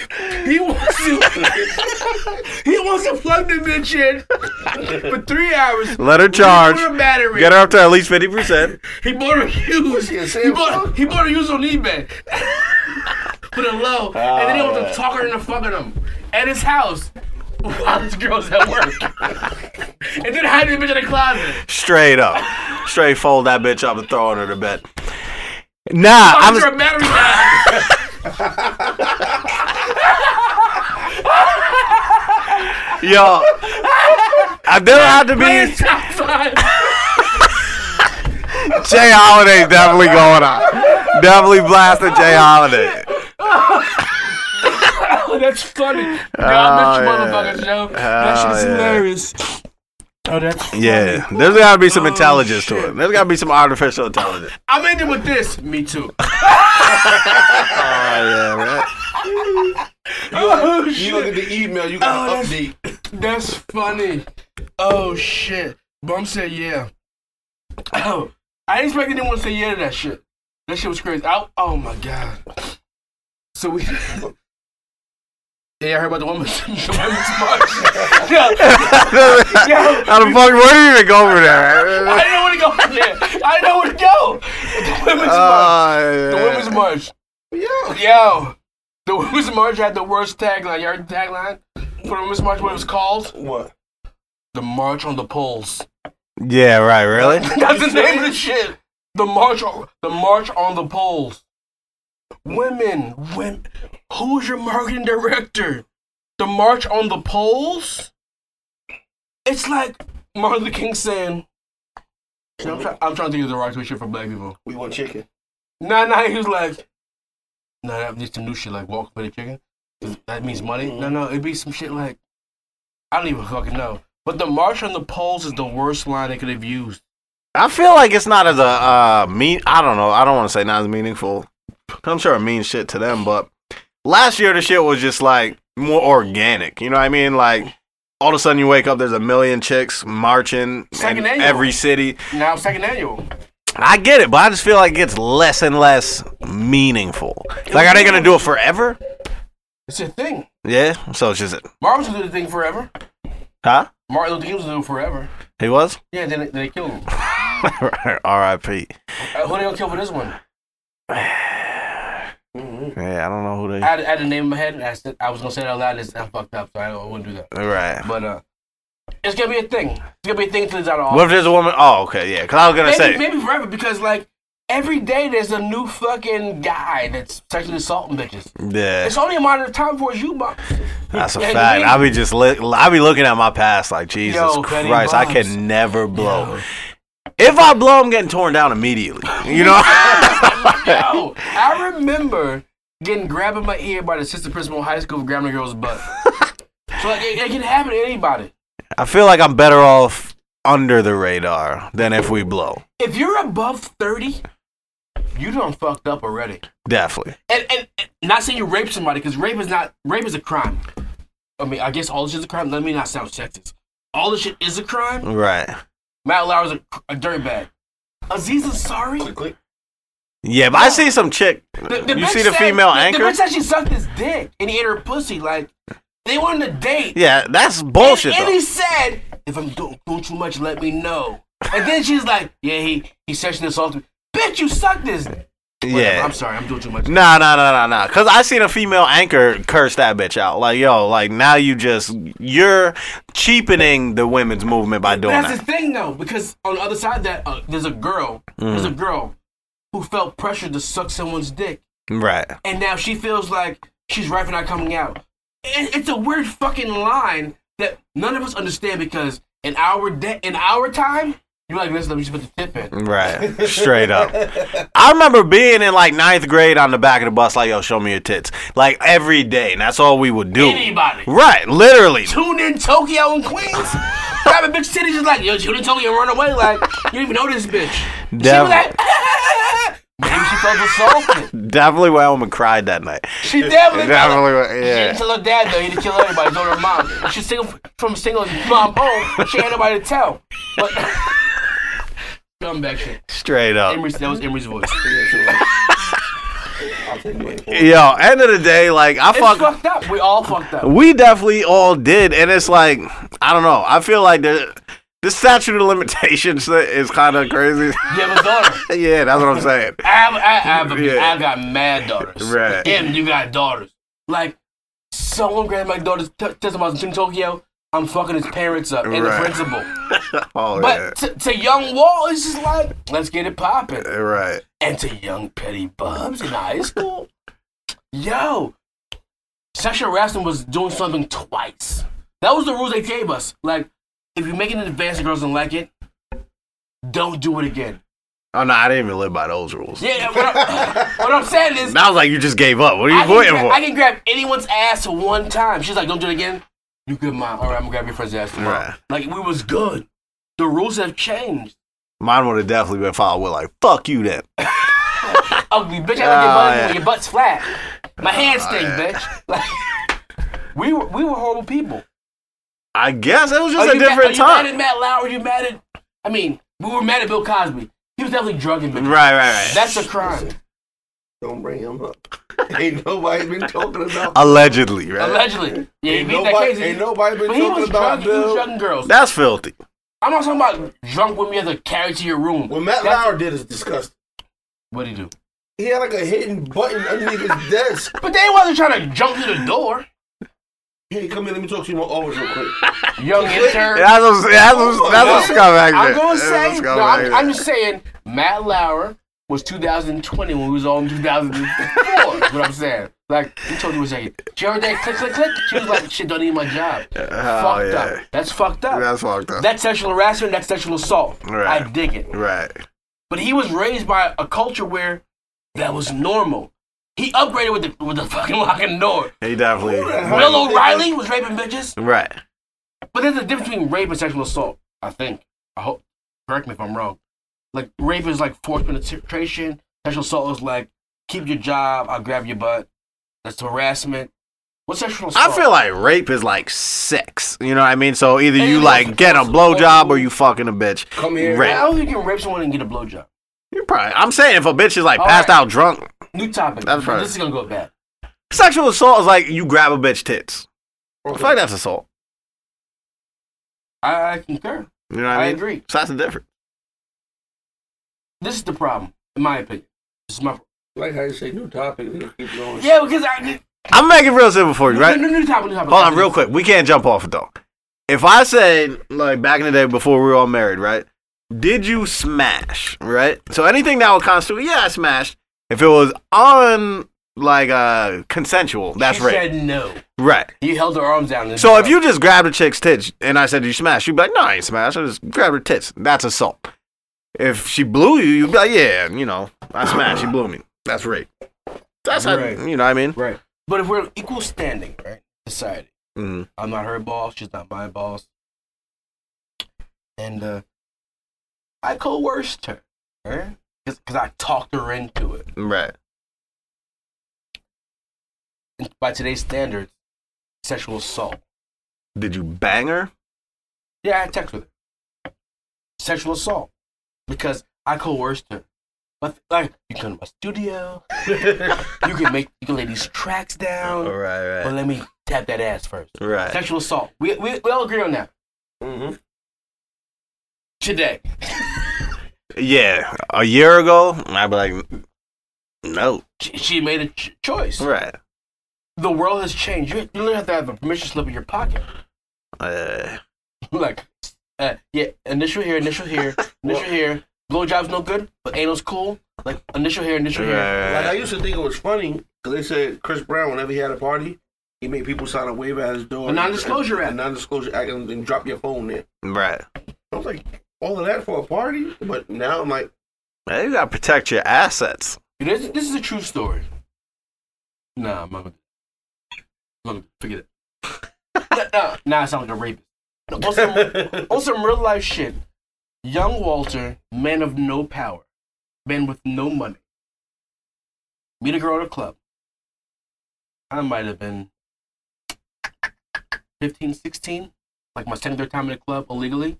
[SPEAKER 1] he wants to (laughs) he wants to plug the bitch in for three hours.
[SPEAKER 2] Let her charge.
[SPEAKER 1] He bought a battery.
[SPEAKER 2] Get her up to at least fifty percent.
[SPEAKER 1] He bought a used.
[SPEAKER 3] Yeah,
[SPEAKER 1] He
[SPEAKER 3] Samsung.
[SPEAKER 1] bought he bought a used on eBay (laughs) for the low, and then he wants to talk her into fucking him at his house while this girl's at work, and then hide the bitch in the closet.
[SPEAKER 2] Straight up, straight fold that bitch up and throw her to the bed. Nah,
[SPEAKER 1] I'm
[SPEAKER 2] I'm.
[SPEAKER 1] a battery guy.
[SPEAKER 2] (laughs) Yo, I don't have to be.
[SPEAKER 1] Playing top five.
[SPEAKER 2] Jay Holiday's definitely going on. Definitely blasting Jay Holiday.
[SPEAKER 1] Oh, that's funny. Yo,
[SPEAKER 2] Oh,
[SPEAKER 1] I
[SPEAKER 2] yeah.
[SPEAKER 1] met you, motherfuckers, yo. that
[SPEAKER 2] Oh,
[SPEAKER 1] shit is
[SPEAKER 2] yeah.
[SPEAKER 1] hilarious. Oh, that's funny.
[SPEAKER 2] Yeah, there's gotta be some intelligence to
[SPEAKER 1] shit.
[SPEAKER 2] it. There's gotta be some artificial intelligence.
[SPEAKER 1] I'm ending with this. Me too.
[SPEAKER 2] Oh yeah, (laughs) right.
[SPEAKER 1] Oh,
[SPEAKER 3] you look at
[SPEAKER 1] shit.
[SPEAKER 3] the email. You got
[SPEAKER 1] Oh,
[SPEAKER 3] an
[SPEAKER 1] that's-
[SPEAKER 3] update.
[SPEAKER 1] That's funny. Oh, shit. Bum said yeah. Oh, I didn't expect anyone to say yeah to that shit. That shit was crazy. I, oh, my God. So we... (laughs) Yeah, I heard about the woman. (laughs) the woman's march. (laughs) Yeah.
[SPEAKER 2] How the fuck? Where do you even go over
[SPEAKER 1] I
[SPEAKER 2] there?
[SPEAKER 1] didn't know (laughs) where to go from there. I didn't know where to go. The women's march. The women's
[SPEAKER 2] Oh,
[SPEAKER 1] march.
[SPEAKER 3] Yeah.
[SPEAKER 1] Yo, the women's march had the worst tagline. You heard the tagline for the women's march? What it was called?
[SPEAKER 3] What?
[SPEAKER 1] The March on the Poles.
[SPEAKER 2] yeah. yeah, right. Really?
[SPEAKER 1] That's the name of the shit. The march on the march on the poles. Women, women. Who's your marketing director? The march on the poles. It's like Martin Luther King saying. You know, I'm, try- I'm trying to think of the right shit for black people.
[SPEAKER 3] We want chicken.
[SPEAKER 1] Nah, nah, he was like, nah, that just some new shit like walk for the chicken. 'Cause That means money. No, no, it'd be some shit like, I don't even fucking know. But the march on the polls is the worst line they could have used.
[SPEAKER 2] I feel like it's not as a uh, mean. I don't know. I don't want to say not as meaningful. I'm sure it means shit to them, but last year the shit was just like more organic. You know what I mean? Like all of a sudden you wake up, there's a million chicks marching
[SPEAKER 1] Second
[SPEAKER 2] in
[SPEAKER 1] annual.
[SPEAKER 2] every city.
[SPEAKER 1] Now second annual.
[SPEAKER 2] I get it, but I just feel like it's less and less meaningful. Like, are they gonna do it forever?
[SPEAKER 1] It's a thing.
[SPEAKER 2] Yeah. So it's just
[SPEAKER 1] Martin Luther did the thing forever.
[SPEAKER 2] huh?
[SPEAKER 1] Martin Luther King was doing it forever.
[SPEAKER 2] He was.
[SPEAKER 1] Yeah, then they, they killed him.
[SPEAKER 2] (laughs) R.I.P.
[SPEAKER 1] Uh, who they gonna kill for this one?
[SPEAKER 2] Yeah, I don't know who
[SPEAKER 1] I had, I had a name in my head, and I said I was gonna say it out loud. And I fucked up, so I, don't- I wouldn't do that.
[SPEAKER 2] they. Right.
[SPEAKER 1] But uh, it's gonna be a thing. It's gonna be a thing till it's out of
[SPEAKER 2] What if there's a woman? Oh, okay, yeah. Because I was gonna
[SPEAKER 1] maybe,
[SPEAKER 2] say.
[SPEAKER 1] maybe forever because like every day there's a new fucking guy that's sexually assaulting bitches. (laughs)
[SPEAKER 2] Yeah.
[SPEAKER 1] It's only a matter of time before you
[SPEAKER 2] (laughs)
[SPEAKER 1] box.
[SPEAKER 2] That's a
[SPEAKER 1] Yeah,
[SPEAKER 2] fact.
[SPEAKER 1] you-
[SPEAKER 2] I be just look. I be looking at my past like Jesus
[SPEAKER 1] Yo, Benny
[SPEAKER 2] Christ. I
[SPEAKER 1] Bombs.
[SPEAKER 2] can never blow. If I blow, I'm getting torn down immediately.
[SPEAKER 1] (laughs)
[SPEAKER 2] You know. (laughs)
[SPEAKER 1] Yo, I remember getting grabbed in my ear by the sister principal in high school for grabbing a girl's
[SPEAKER 2] (laughs)
[SPEAKER 1] butt. so like it, it can happen to anybody.
[SPEAKER 2] I feel like I'm better off under the radar than if we blow.
[SPEAKER 1] If you're above thirty, you done fucked up already.
[SPEAKER 2] Definitely.
[SPEAKER 1] And, and, and not saying you rape somebody because rape is not rape is a crime. I mean, I guess all this shit is a crime. Let me not sound sexist. All this shit is a crime.
[SPEAKER 2] Right.
[SPEAKER 1] Matt Lauer's a, a dirtbag. Aziz Ansari?
[SPEAKER 3] Click.
[SPEAKER 2] Yeah, but I see some chick. you
[SPEAKER 1] bitch
[SPEAKER 2] see the
[SPEAKER 1] said-
[SPEAKER 2] female
[SPEAKER 1] the,
[SPEAKER 2] anchor?
[SPEAKER 1] The bitch said she sucked his dick and he ate her pussy. Like, they wanted to date.
[SPEAKER 2] yeah, that's bullshit
[SPEAKER 1] And, and
[SPEAKER 2] though.
[SPEAKER 1] he said, if I'm doing, doing too much, let me know. And then she's like, yeah, he, he sexually assaulted me. Bitch, you sucked this.
[SPEAKER 2] Yeah.
[SPEAKER 1] I'm sorry, I'm doing too much.
[SPEAKER 2] Nah, nah, nah, nah, nah. Cause I seen a female anchor curse that bitch out. Like, yo, like now you just you're cheapening the women's movement by doing
[SPEAKER 1] That's the
[SPEAKER 2] that.
[SPEAKER 1] thing, though, because on the other side of that, uh, there's a girl, there's a
[SPEAKER 2] Mm.
[SPEAKER 1] girl who felt pressured to suck someone's dick.
[SPEAKER 2] Right.
[SPEAKER 1] and now she feels like she's right for not coming out. It, it's a weird fucking line that none of us understand because in our de- in our time, you're like, listen, let me just put the tip in.
[SPEAKER 2] Right. Straight up. I remember being in like ninth grade on the back of the bus, like, yo, show me your tits. Like every day. And that's all we would do.
[SPEAKER 1] Anybody.
[SPEAKER 2] Right. Literally.
[SPEAKER 1] Tune in Tokyo and Queens. Grab a bitch titty just like, yo, tune in Tokyo and run away. Like, you don't even know this bitch. She
[SPEAKER 2] Devil.
[SPEAKER 1] was like, (laughs) maybe she felt assaulted.
[SPEAKER 2] Definitely went home and cried that night. (laughs)
[SPEAKER 1] She definitely felt
[SPEAKER 2] Definitely. went-
[SPEAKER 1] She didn't
[SPEAKER 2] Yeah.
[SPEAKER 1] tell her dad though. He didn't kill everybody. He told her mom. She's single from single mom home. She had nobody to tell. But (laughs) comeback shit.
[SPEAKER 2] Straight up.
[SPEAKER 1] Emery's, that was Emery's
[SPEAKER 2] (laughs)
[SPEAKER 1] voice.
[SPEAKER 3] I'll take it.
[SPEAKER 2] Yo, end of the day, like I
[SPEAKER 1] It's
[SPEAKER 2] fuck
[SPEAKER 1] fucked up. We all fucked up.
[SPEAKER 2] we definitely all did, and it's like I don't know. I feel like the the statute of limitations (laughs) is kind of crazy. (laughs)
[SPEAKER 1] Yeah, but daughter.
[SPEAKER 2] yeah, that's what I'm saying.
[SPEAKER 1] I have, I, have a,
[SPEAKER 2] Yeah.
[SPEAKER 1] I got mad daughters.
[SPEAKER 2] Right.
[SPEAKER 1] Damn, you got daughters. Like, someone grabbed my daughter's t- testimony in Tokyo. I'm fucking his parents up and
[SPEAKER 2] Right.
[SPEAKER 1] the principal.
[SPEAKER 2] Oh
[SPEAKER 1] But to, to young Wall, it's just like, let's get it popping.
[SPEAKER 2] yeah, right.
[SPEAKER 1] and to young petty bubs in high
[SPEAKER 2] (laughs)
[SPEAKER 1] school. Yo, sexual harassment was doing something twice. That was the rules they gave us. Like, if you make an advance and girls don't like it, don't do it again.
[SPEAKER 2] Oh no, I didn't even live by those rules.
[SPEAKER 1] Yeah, yeah, what,
[SPEAKER 2] (laughs)
[SPEAKER 1] I'm, what I'm saying is,
[SPEAKER 2] Now it's like you just gave up. What are you
[SPEAKER 1] I, can
[SPEAKER 2] waiting
[SPEAKER 1] gra-
[SPEAKER 2] for?
[SPEAKER 1] I can grab anyone's ass one time. She's like, don't do it again. You good, mom. All right, I'm gonna grab your friend's ass tomorrow.
[SPEAKER 2] Right.
[SPEAKER 1] Like, we was good. The rules have changed.
[SPEAKER 2] Mine would have definitely been filed with like fuck you then.
[SPEAKER 1] ugly Oh, bitch.
[SPEAKER 2] Ah,
[SPEAKER 1] I like your, butt,
[SPEAKER 2] yeah. Ah,
[SPEAKER 1] your butt's flat. My hands stink, bitch. (laughs) Like, we were we were horrible people.
[SPEAKER 2] I guess it was just
[SPEAKER 1] Are
[SPEAKER 2] a
[SPEAKER 1] Oh, you mad, Are you
[SPEAKER 2] different
[SPEAKER 1] mad
[SPEAKER 2] time.
[SPEAKER 1] at Matt Lauer? You mad at? I mean, we were mad at Bill Cosby. He was definitely drugging bitches.
[SPEAKER 2] Right, right, right.
[SPEAKER 1] That's a crime.
[SPEAKER 3] Don't bring him up. (laughs) ain't nobody been talking about.
[SPEAKER 2] Allegedly, right?
[SPEAKER 1] Allegedly. Yeah, he
[SPEAKER 3] Ain't
[SPEAKER 1] Uh, beat that case.
[SPEAKER 3] nobody, ain't nobody been
[SPEAKER 1] but he was
[SPEAKER 3] talking about
[SPEAKER 1] drugging, he was
[SPEAKER 3] Bill.
[SPEAKER 1] drugging girls.
[SPEAKER 2] That's filthy.
[SPEAKER 1] I'm not talking about drunk women you have to carry to your room.
[SPEAKER 3] What Matt
[SPEAKER 1] That's-
[SPEAKER 3] Lauer did is disgusting.
[SPEAKER 1] What'd he do?
[SPEAKER 3] He had like a hidden button
[SPEAKER 1] (laughs)
[SPEAKER 3] underneath his desk.
[SPEAKER 1] But they wasn't trying to jump through the door.
[SPEAKER 3] Hey, come here, let me talk to you more always real quick. (laughs)
[SPEAKER 1] Young intern.
[SPEAKER 2] That's what that's what, that's what scumbag did.
[SPEAKER 1] I'm gonna
[SPEAKER 2] That's
[SPEAKER 1] say,
[SPEAKER 2] what
[SPEAKER 1] no,
[SPEAKER 2] scumbag
[SPEAKER 1] I'm,
[SPEAKER 2] did.
[SPEAKER 1] I'm just saying, Matt Lauer was 2020 when we was all in 2004. is what I'm saying, like you told you a second. She heard that click, click, click. She was like, "Shit, don't need my job." fucked
[SPEAKER 2] yeah.
[SPEAKER 1] up. That's fucked up.
[SPEAKER 2] That's fucked up.
[SPEAKER 1] That's sexual harassment. That's sexual assault.
[SPEAKER 2] Right.
[SPEAKER 1] I dig it.
[SPEAKER 2] right.
[SPEAKER 1] But he was raised by a culture where that was normal. He upgraded with the with the fucking lock and door.
[SPEAKER 2] He definitely.
[SPEAKER 3] Who the hell-
[SPEAKER 1] Bill
[SPEAKER 2] went-
[SPEAKER 1] O'Reilly was raping bitches.
[SPEAKER 2] Right.
[SPEAKER 1] But there's a difference between rape and sexual assault. I think. I hope. Correct me if I'm wrong. Like rape is like forced penetration. Sexual assault is like keep your job. I'll grab your butt. That's harassment. What's sexual assault?
[SPEAKER 2] I feel like rape is like sex. You know what I mean? So either
[SPEAKER 1] And
[SPEAKER 2] you
[SPEAKER 1] it's
[SPEAKER 2] like get a
[SPEAKER 1] also-
[SPEAKER 2] blowjob or you fucking a bitch.
[SPEAKER 3] Come here.
[SPEAKER 2] Rape.
[SPEAKER 1] How you can rape someone and get a blowjob?
[SPEAKER 2] You probably. I'm saying if a bitch is like
[SPEAKER 1] All
[SPEAKER 2] passed
[SPEAKER 1] right.
[SPEAKER 2] out drunk,
[SPEAKER 1] New topic.
[SPEAKER 2] That's right.
[SPEAKER 1] This is gonna go bad.
[SPEAKER 2] sexual assault is like you grab a bitch tits. I feel like that's assault.
[SPEAKER 1] I, I concur.
[SPEAKER 2] You know what I
[SPEAKER 1] I
[SPEAKER 2] mean?
[SPEAKER 1] agree.
[SPEAKER 2] So that's the difference.
[SPEAKER 1] This is the problem, in my opinion. This is my
[SPEAKER 3] Like how you say, new topic. We gonna keep going.
[SPEAKER 1] yeah, because I
[SPEAKER 2] I'm making real simple for you, Oh,
[SPEAKER 1] (laughs)
[SPEAKER 2] right?
[SPEAKER 1] New, new, new topic, new topic.
[SPEAKER 2] Hold on, real quick. We can't jump off it though. If I said like back in the day before we were all married, right? Did you smash? Right. So anything that would constitute, yeah, I smashed. If it was on like uh consensual, that's
[SPEAKER 1] she
[SPEAKER 2] rape.
[SPEAKER 1] said no.
[SPEAKER 2] right.
[SPEAKER 1] You held her arms down. and-
[SPEAKER 2] So if you just grabbed a chick's tits and I said you smash, you'd be like, no, I ain't smash. I just grabbed her tits. That's assault. If she blew you, you'd be like, yeah, you know, I smashed. She blew me. That's rape. That's how
[SPEAKER 1] Right.
[SPEAKER 2] you know what I mean.
[SPEAKER 1] right, but if we're equal standing, right, society.
[SPEAKER 2] Mhm.
[SPEAKER 1] I'm not her boss. She's not my boss. And uh, I coerced her, right? Because I talked her into it.
[SPEAKER 2] Right.
[SPEAKER 1] And by today's standards, sexual assault.
[SPEAKER 2] Did you bang her?
[SPEAKER 1] Yeah, I had sex with her. Sexual assault. Because I coerced her. But like, you come to my studio. you can make you can lay these tracks down.
[SPEAKER 2] right.
[SPEAKER 1] But let me tap that ass first.
[SPEAKER 2] Right.
[SPEAKER 1] Sexual assault. We, we, we all agree on that.
[SPEAKER 3] Mhm.
[SPEAKER 1] Today.
[SPEAKER 2] Yeah, a year ago, I'd be like, no,
[SPEAKER 1] She, she made a ch- choice.
[SPEAKER 2] right?
[SPEAKER 1] The world has changed. You, you don't have to have a permission slip in your pocket. (laughs)
[SPEAKER 2] Uh,
[SPEAKER 1] like, uh, yeah, initial here, initial here, initial here. Blowjob's no good, but anal's cool. Like, initial here, initial here.
[SPEAKER 3] Like I
[SPEAKER 2] right.
[SPEAKER 3] used to think it was funny because they said Chris Brown, whenever he had a party, he made people sign a waiver at his door.
[SPEAKER 1] A non-disclosure
[SPEAKER 3] A
[SPEAKER 1] act.
[SPEAKER 3] non-disclosure act, and, and drop your phone there.
[SPEAKER 2] right.
[SPEAKER 3] I was like, all of that for a party? But now I'm like,
[SPEAKER 2] Hey, you gotta protect your assets.
[SPEAKER 1] This, this is a true story. Nah, I'm not gonna. I'm not gonna- forget it. (laughs) nah, nah, nah, I sound like a rapist. No, on, (laughs) some,
[SPEAKER 3] oh, (laughs)
[SPEAKER 1] on some real life shit, young Walter, man of no power, man with no money, meet a girl at a club. I might have been 15, 16, like my second, third time in a club illegally.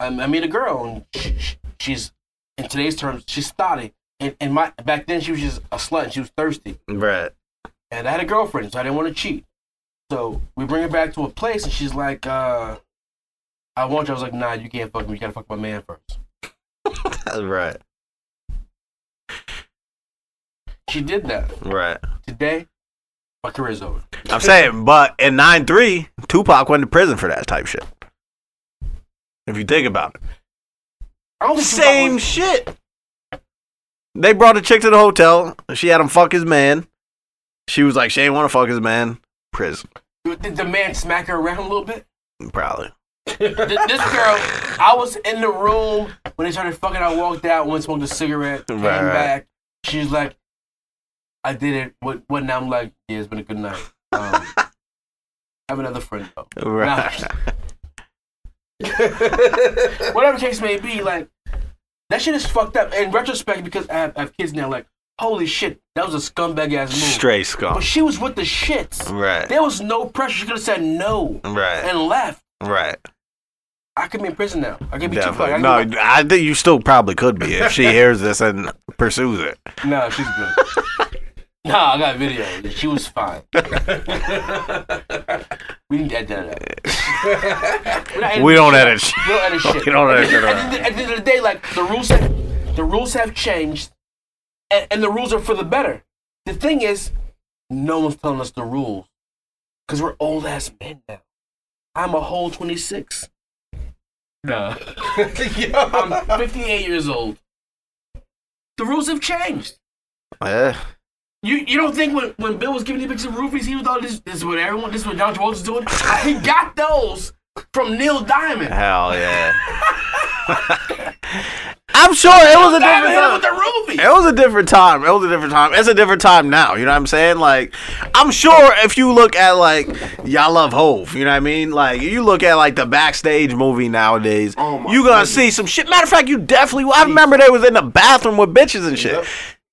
[SPEAKER 1] I, I meet a girl, and she, she- she's in today's terms, she's thotty. And, and my back then she was just a slut. And she was thirsty,
[SPEAKER 2] Right. (laughs)
[SPEAKER 1] and I had a girlfriend, so I didn't want to cheat. So we bring her back to a place, and she's like, uh, "I want you." I was like, "Nah, you can't fuck me. You gotta fuck my man first.
[SPEAKER 2] Right.
[SPEAKER 1] She did that.
[SPEAKER 2] Right.
[SPEAKER 1] Today, my career's over.
[SPEAKER 2] I'm saying, but in 9 3, Tupac went to prison for that type shit. If you think about it,
[SPEAKER 1] I don't think Tupac
[SPEAKER 2] same
[SPEAKER 1] was-
[SPEAKER 2] shit. They brought a chick to the hotel. She had him fuck his man. She was like, she ain't wanna fuck his man. Prison,
[SPEAKER 1] Did the man smack her around a little bit?
[SPEAKER 2] probably.
[SPEAKER 1] Th- This girl, I was in the room when they started fucking. I walked out, went smoked a cigarette, came
[SPEAKER 2] Right, right.
[SPEAKER 1] back. She's like, "I did it." What? What? Now I'm like, "Yeah, it's been a good night." Um, have another friend though.
[SPEAKER 2] Right. (laughs)
[SPEAKER 1] Whatever the case may be, like that shit is fucked up. In retrospect, because I have, I have kids now, like holy shit, that was a scumbag ass move.
[SPEAKER 2] Stray
[SPEAKER 1] But
[SPEAKER 2] scum.
[SPEAKER 1] she was with the shits.
[SPEAKER 2] Right.
[SPEAKER 1] There was no pressure. She could have said no
[SPEAKER 2] Right.
[SPEAKER 1] and left.
[SPEAKER 2] Right.
[SPEAKER 1] I could be in prison now. I could be too
[SPEAKER 2] Definitely.
[SPEAKER 1] fucked.
[SPEAKER 2] No, I think you still probably could
[SPEAKER 1] (laughs)
[SPEAKER 2] be if she hears this and pursues it.
[SPEAKER 1] No, she's good.
[SPEAKER 2] (laughs)
[SPEAKER 1] no, I got video. She was fine. we didn't edit that.
[SPEAKER 2] (laughs)
[SPEAKER 1] out. We're not editing
[SPEAKER 2] We don't
[SPEAKER 1] shit.
[SPEAKER 2] edit. shit.
[SPEAKER 1] We don't edit shit.
[SPEAKER 2] We don't edit shit
[SPEAKER 1] At the, at the end of the day, like the rules have the rules have changed, and, and the rules are for the better. The thing is, no one's telling us the rules because we're old ass men now. I'm a whole 26. No, I'm 58 years old. The rules have changed.
[SPEAKER 2] Yeah.
[SPEAKER 1] You you don't think when, when Bill was giving these bitches roofies, he was all this this is what everyone this is what John Travolta's doing? he got those from Neil Diamond.
[SPEAKER 2] Hell yeah. (laughs) I'm sure it was a
[SPEAKER 1] Diamond
[SPEAKER 2] different
[SPEAKER 1] hit him with
[SPEAKER 2] time.
[SPEAKER 1] the ruby.
[SPEAKER 2] It was a different time. It was a different time. It's a different time now. You know what I'm saying? Like, I'm sure if you look at like y'all love Hove, you know what I mean? Like, you look at like the backstage movie nowadays,
[SPEAKER 3] Oh my
[SPEAKER 2] you gonna
[SPEAKER 3] goodness.
[SPEAKER 2] see some shit. Matter of fact, you definitely. I remember they was in the bathroom with bitches and shit.
[SPEAKER 3] Yep.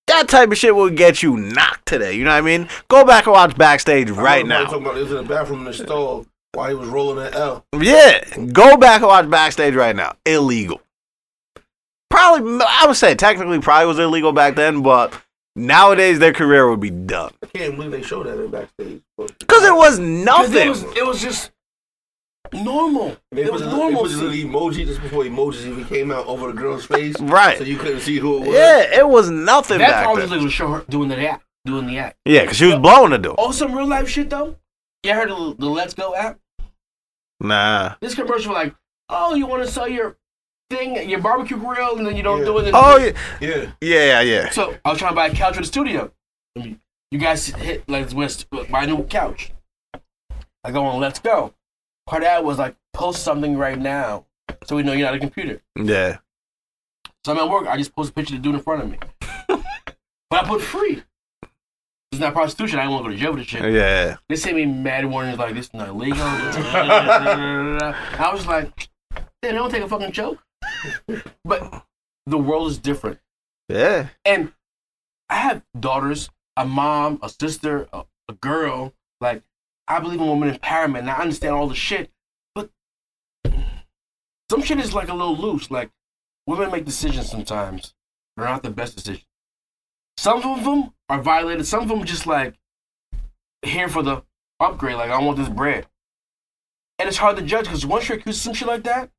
[SPEAKER 2] That type of shit will get you knocked today. You know what I mean? Go back and watch backstage right now.
[SPEAKER 3] Nobody Talking about it was in the bathroom in the stall while he was rolling an L.
[SPEAKER 2] Yeah, go back and watch backstage right now. Illegal. Probably, I would say technically probably was illegal back then, but nowadays their career would be done
[SPEAKER 3] I can't believe they showed that in backstage. But
[SPEAKER 2] because it was
[SPEAKER 1] 'Cause
[SPEAKER 2] nothing.
[SPEAKER 1] It was, it was just normal.
[SPEAKER 3] they
[SPEAKER 1] It
[SPEAKER 3] put
[SPEAKER 1] was
[SPEAKER 3] the-
[SPEAKER 1] normal.
[SPEAKER 3] They put the little emoji just before emojis even came out over the girl's face,
[SPEAKER 2] Right.
[SPEAKER 3] So you couldn't see who it was.
[SPEAKER 2] yeah, it was nothing
[SPEAKER 1] That's
[SPEAKER 2] back
[SPEAKER 1] why I was
[SPEAKER 2] then.
[SPEAKER 1] just looking to show her doing the act, doing the act.
[SPEAKER 2] yeah, because she was blowing the door.
[SPEAKER 1] Oh, some real life shit though. You heard the, the Let's Go app?
[SPEAKER 2] Nah.
[SPEAKER 1] This commercial like, oh, you want to sell your thing, your barbecue grill, and then you don't
[SPEAKER 3] Yeah.
[SPEAKER 1] do it. and-
[SPEAKER 2] Oh yeah,
[SPEAKER 3] Yeah.
[SPEAKER 2] yeah, yeah. yeah.
[SPEAKER 1] So I was trying to buy a couch for the studio. I mean, You guys hit like with my new couch. I go on Let's Go. Her dad was like, post something right now, so we know you're not a computer.
[SPEAKER 2] Yeah.
[SPEAKER 1] So I'm at work. I just post a picture of the dude in front of me. but I put free. It's not prostitution. I didn't want to go to jail for this shit.
[SPEAKER 2] Yeah.
[SPEAKER 1] They sent me mad warnings like this is not legal. I was like, they don't take a fucking joke. But the world is different.
[SPEAKER 2] Yeah.
[SPEAKER 1] And I have daughters, a mom, a sister, a, a girl. Like, I believe in women empowerment. And I understand all the shit. But some shit is like a little loose. Like, women make decisions sometimes. They're not the best decisions. Some of them are violated. Some of them just like here for the upgrade. Like, I want this bread. And it's hard to judge because once you're accused of some shit like that,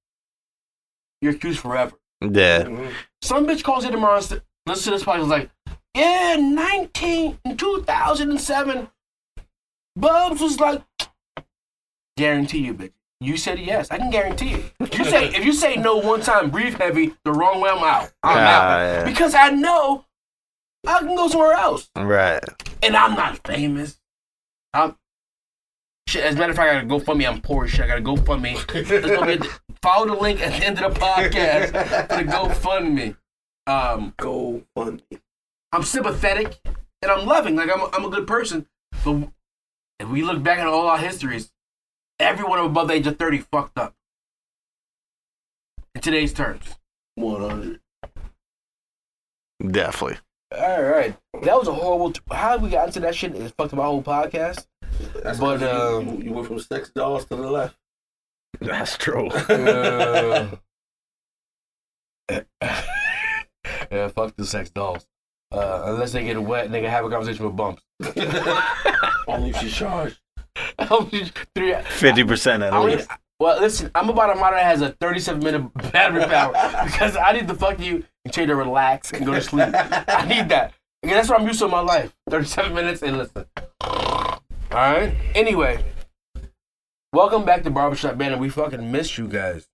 [SPEAKER 1] you're accused forever.
[SPEAKER 2] Yeah.
[SPEAKER 3] Mhm.
[SPEAKER 1] Some bitch calls you tomorrow and st- listen to this podcast like, yeah, 19, in 2007, Bubs was like, guarantee you, bitch. You said yes. I can guarantee it. If you say, if you say no one time, breathe heavy, the wrong way, I'm out. I'm
[SPEAKER 2] Ah,
[SPEAKER 1] out.
[SPEAKER 2] yeah.
[SPEAKER 1] Because I know I can go somewhere else.
[SPEAKER 2] Right.
[SPEAKER 1] And I'm not famous. I'm, shit, as a matter of fact, I gotta go for me. I'm poor as shit. I gotta go for me. Let's go get the- follow the link at the end of the podcast for the GoFundMe. Um,
[SPEAKER 3] Go fund.
[SPEAKER 1] I'm sympathetic and I'm loving. Like I'm, a, I'm a good person. But if we look back at all our histories, everyone above the age of 30 fucked up. In today's terms.
[SPEAKER 3] One hundred.
[SPEAKER 2] Definitely.
[SPEAKER 1] All right, that was a horrible. T- How we got into that shit is fucked up my whole podcast.
[SPEAKER 3] That's
[SPEAKER 1] But,
[SPEAKER 3] but um,
[SPEAKER 1] um,
[SPEAKER 3] you, you went from sex dolls to the left.
[SPEAKER 2] That's true.
[SPEAKER 1] Uh, (laughs) yeah, fuck the sex dolls. Uh, unless they get wet, and they can have a conversation with bumps.
[SPEAKER 3] (laughs)
[SPEAKER 1] (laughs)
[SPEAKER 3] Only if she's charged.
[SPEAKER 1] Three,
[SPEAKER 2] Fifty percent at
[SPEAKER 1] I
[SPEAKER 2] least. (laughs)
[SPEAKER 1] need, well, listen, I'm about a model that has a 37 minute battery
[SPEAKER 2] (laughs)
[SPEAKER 1] power because I need to fuck you and tell you to relax and go to sleep. I need that. And that's what I'm used to in my life 37 minutes and listen. All right? Anyway, welcome back to Barbershop Banner. We fucking missed you guys.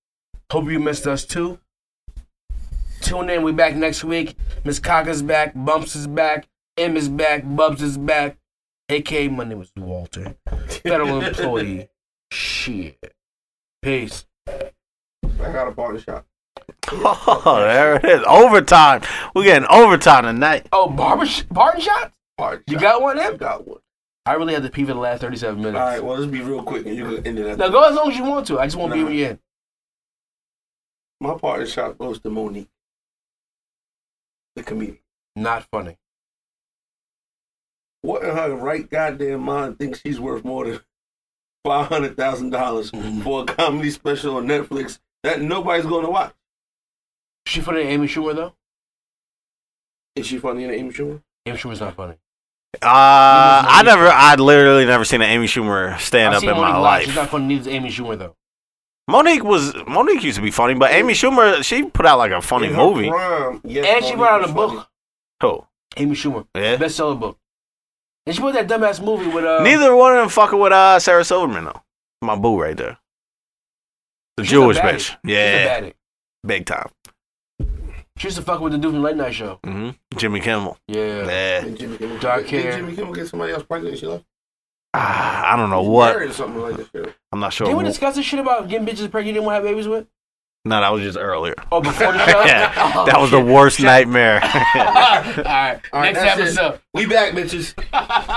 [SPEAKER 1] Hope you missed us too. Tune in. We back next week. Miss Cocker's back. Bumps is back. M is back. Bubs is back. AKA, my name is Walter.
[SPEAKER 2] (laughs)
[SPEAKER 1] Federal employee. Shit. Peace.
[SPEAKER 3] I got a barber shop.
[SPEAKER 2] Oh, there it is. Overtime. We're getting overtime tonight.
[SPEAKER 1] Oh, barber sh- barber shop?
[SPEAKER 3] Barber
[SPEAKER 1] You
[SPEAKER 3] shop.
[SPEAKER 1] got one, Em?
[SPEAKER 3] got one.
[SPEAKER 1] I really had to pee for the last 37 minutes.
[SPEAKER 3] All right. Well, let's be real quick, and you can end it at
[SPEAKER 1] Now go as long as you want to. I just won't be
[SPEAKER 3] Nah.
[SPEAKER 1] when you end.
[SPEAKER 3] My partner shop goes to Monique, the comedian.
[SPEAKER 1] Not funny.
[SPEAKER 3] What in her right goddamn mind thinks she's worth more than five hundred thousand dollars for a comedy special on Netflix that nobody's going to watch?
[SPEAKER 1] She funny to Amy Schumer though?
[SPEAKER 3] Is she funny in the Amy Schumer?
[SPEAKER 1] Amy Schumer's not funny.
[SPEAKER 2] Uh, I never, I literally never seen an Amy Schumer stand
[SPEAKER 1] I've
[SPEAKER 2] up
[SPEAKER 1] seen
[SPEAKER 2] in my
[SPEAKER 1] Monique live.
[SPEAKER 2] life.
[SPEAKER 1] She's not funny neither is Amy Schumer though.
[SPEAKER 2] Monique was Monique used to be funny, but Amy Schumer she put out like a funny
[SPEAKER 3] In her
[SPEAKER 2] movie.
[SPEAKER 3] prime, yes,
[SPEAKER 1] and she
[SPEAKER 3] Monique
[SPEAKER 1] put out
[SPEAKER 3] was
[SPEAKER 1] a
[SPEAKER 3] funny.
[SPEAKER 1] book.
[SPEAKER 2] Who?
[SPEAKER 1] Amy Schumer.
[SPEAKER 2] Yeah.
[SPEAKER 1] Bestseller book. And she put that dumbass movie with uh
[SPEAKER 2] Neither one of them fucking with uh, Sarah Silverman though. My boo right there. The
[SPEAKER 1] she's a
[SPEAKER 2] Jewish
[SPEAKER 1] baddie.
[SPEAKER 2] bitch.
[SPEAKER 1] She's a
[SPEAKER 2] Yeah,
[SPEAKER 1] baddie.
[SPEAKER 2] big time.
[SPEAKER 1] She used to fuck with the dude from late night show.
[SPEAKER 2] hmm Jimmy Kimmel.
[SPEAKER 1] Yeah.
[SPEAKER 2] Yeah. (sighs)
[SPEAKER 3] Did Jimmy Kimmel,
[SPEAKER 1] Dark
[SPEAKER 3] did
[SPEAKER 1] hair.
[SPEAKER 3] Jimmy Kimmel get somebody else pregnant? and She left.
[SPEAKER 2] Ah, I don't know
[SPEAKER 3] He's
[SPEAKER 2] what.
[SPEAKER 3] married Or something like that.
[SPEAKER 2] I'm not sure.
[SPEAKER 1] Didn't we
[SPEAKER 2] who-
[SPEAKER 1] discuss this shit about getting bitches pregnant you didn't want to have babies with?
[SPEAKER 2] No, that was just earlier.
[SPEAKER 1] Oh, before the show?
[SPEAKER 2] (laughs)
[SPEAKER 1] Oh,
[SPEAKER 2] Yeah, that was the worst nightmare.
[SPEAKER 1] (laughs) All right.
[SPEAKER 3] All right,
[SPEAKER 1] Next
[SPEAKER 3] that's it.
[SPEAKER 1] episode.
[SPEAKER 3] We back, bitches.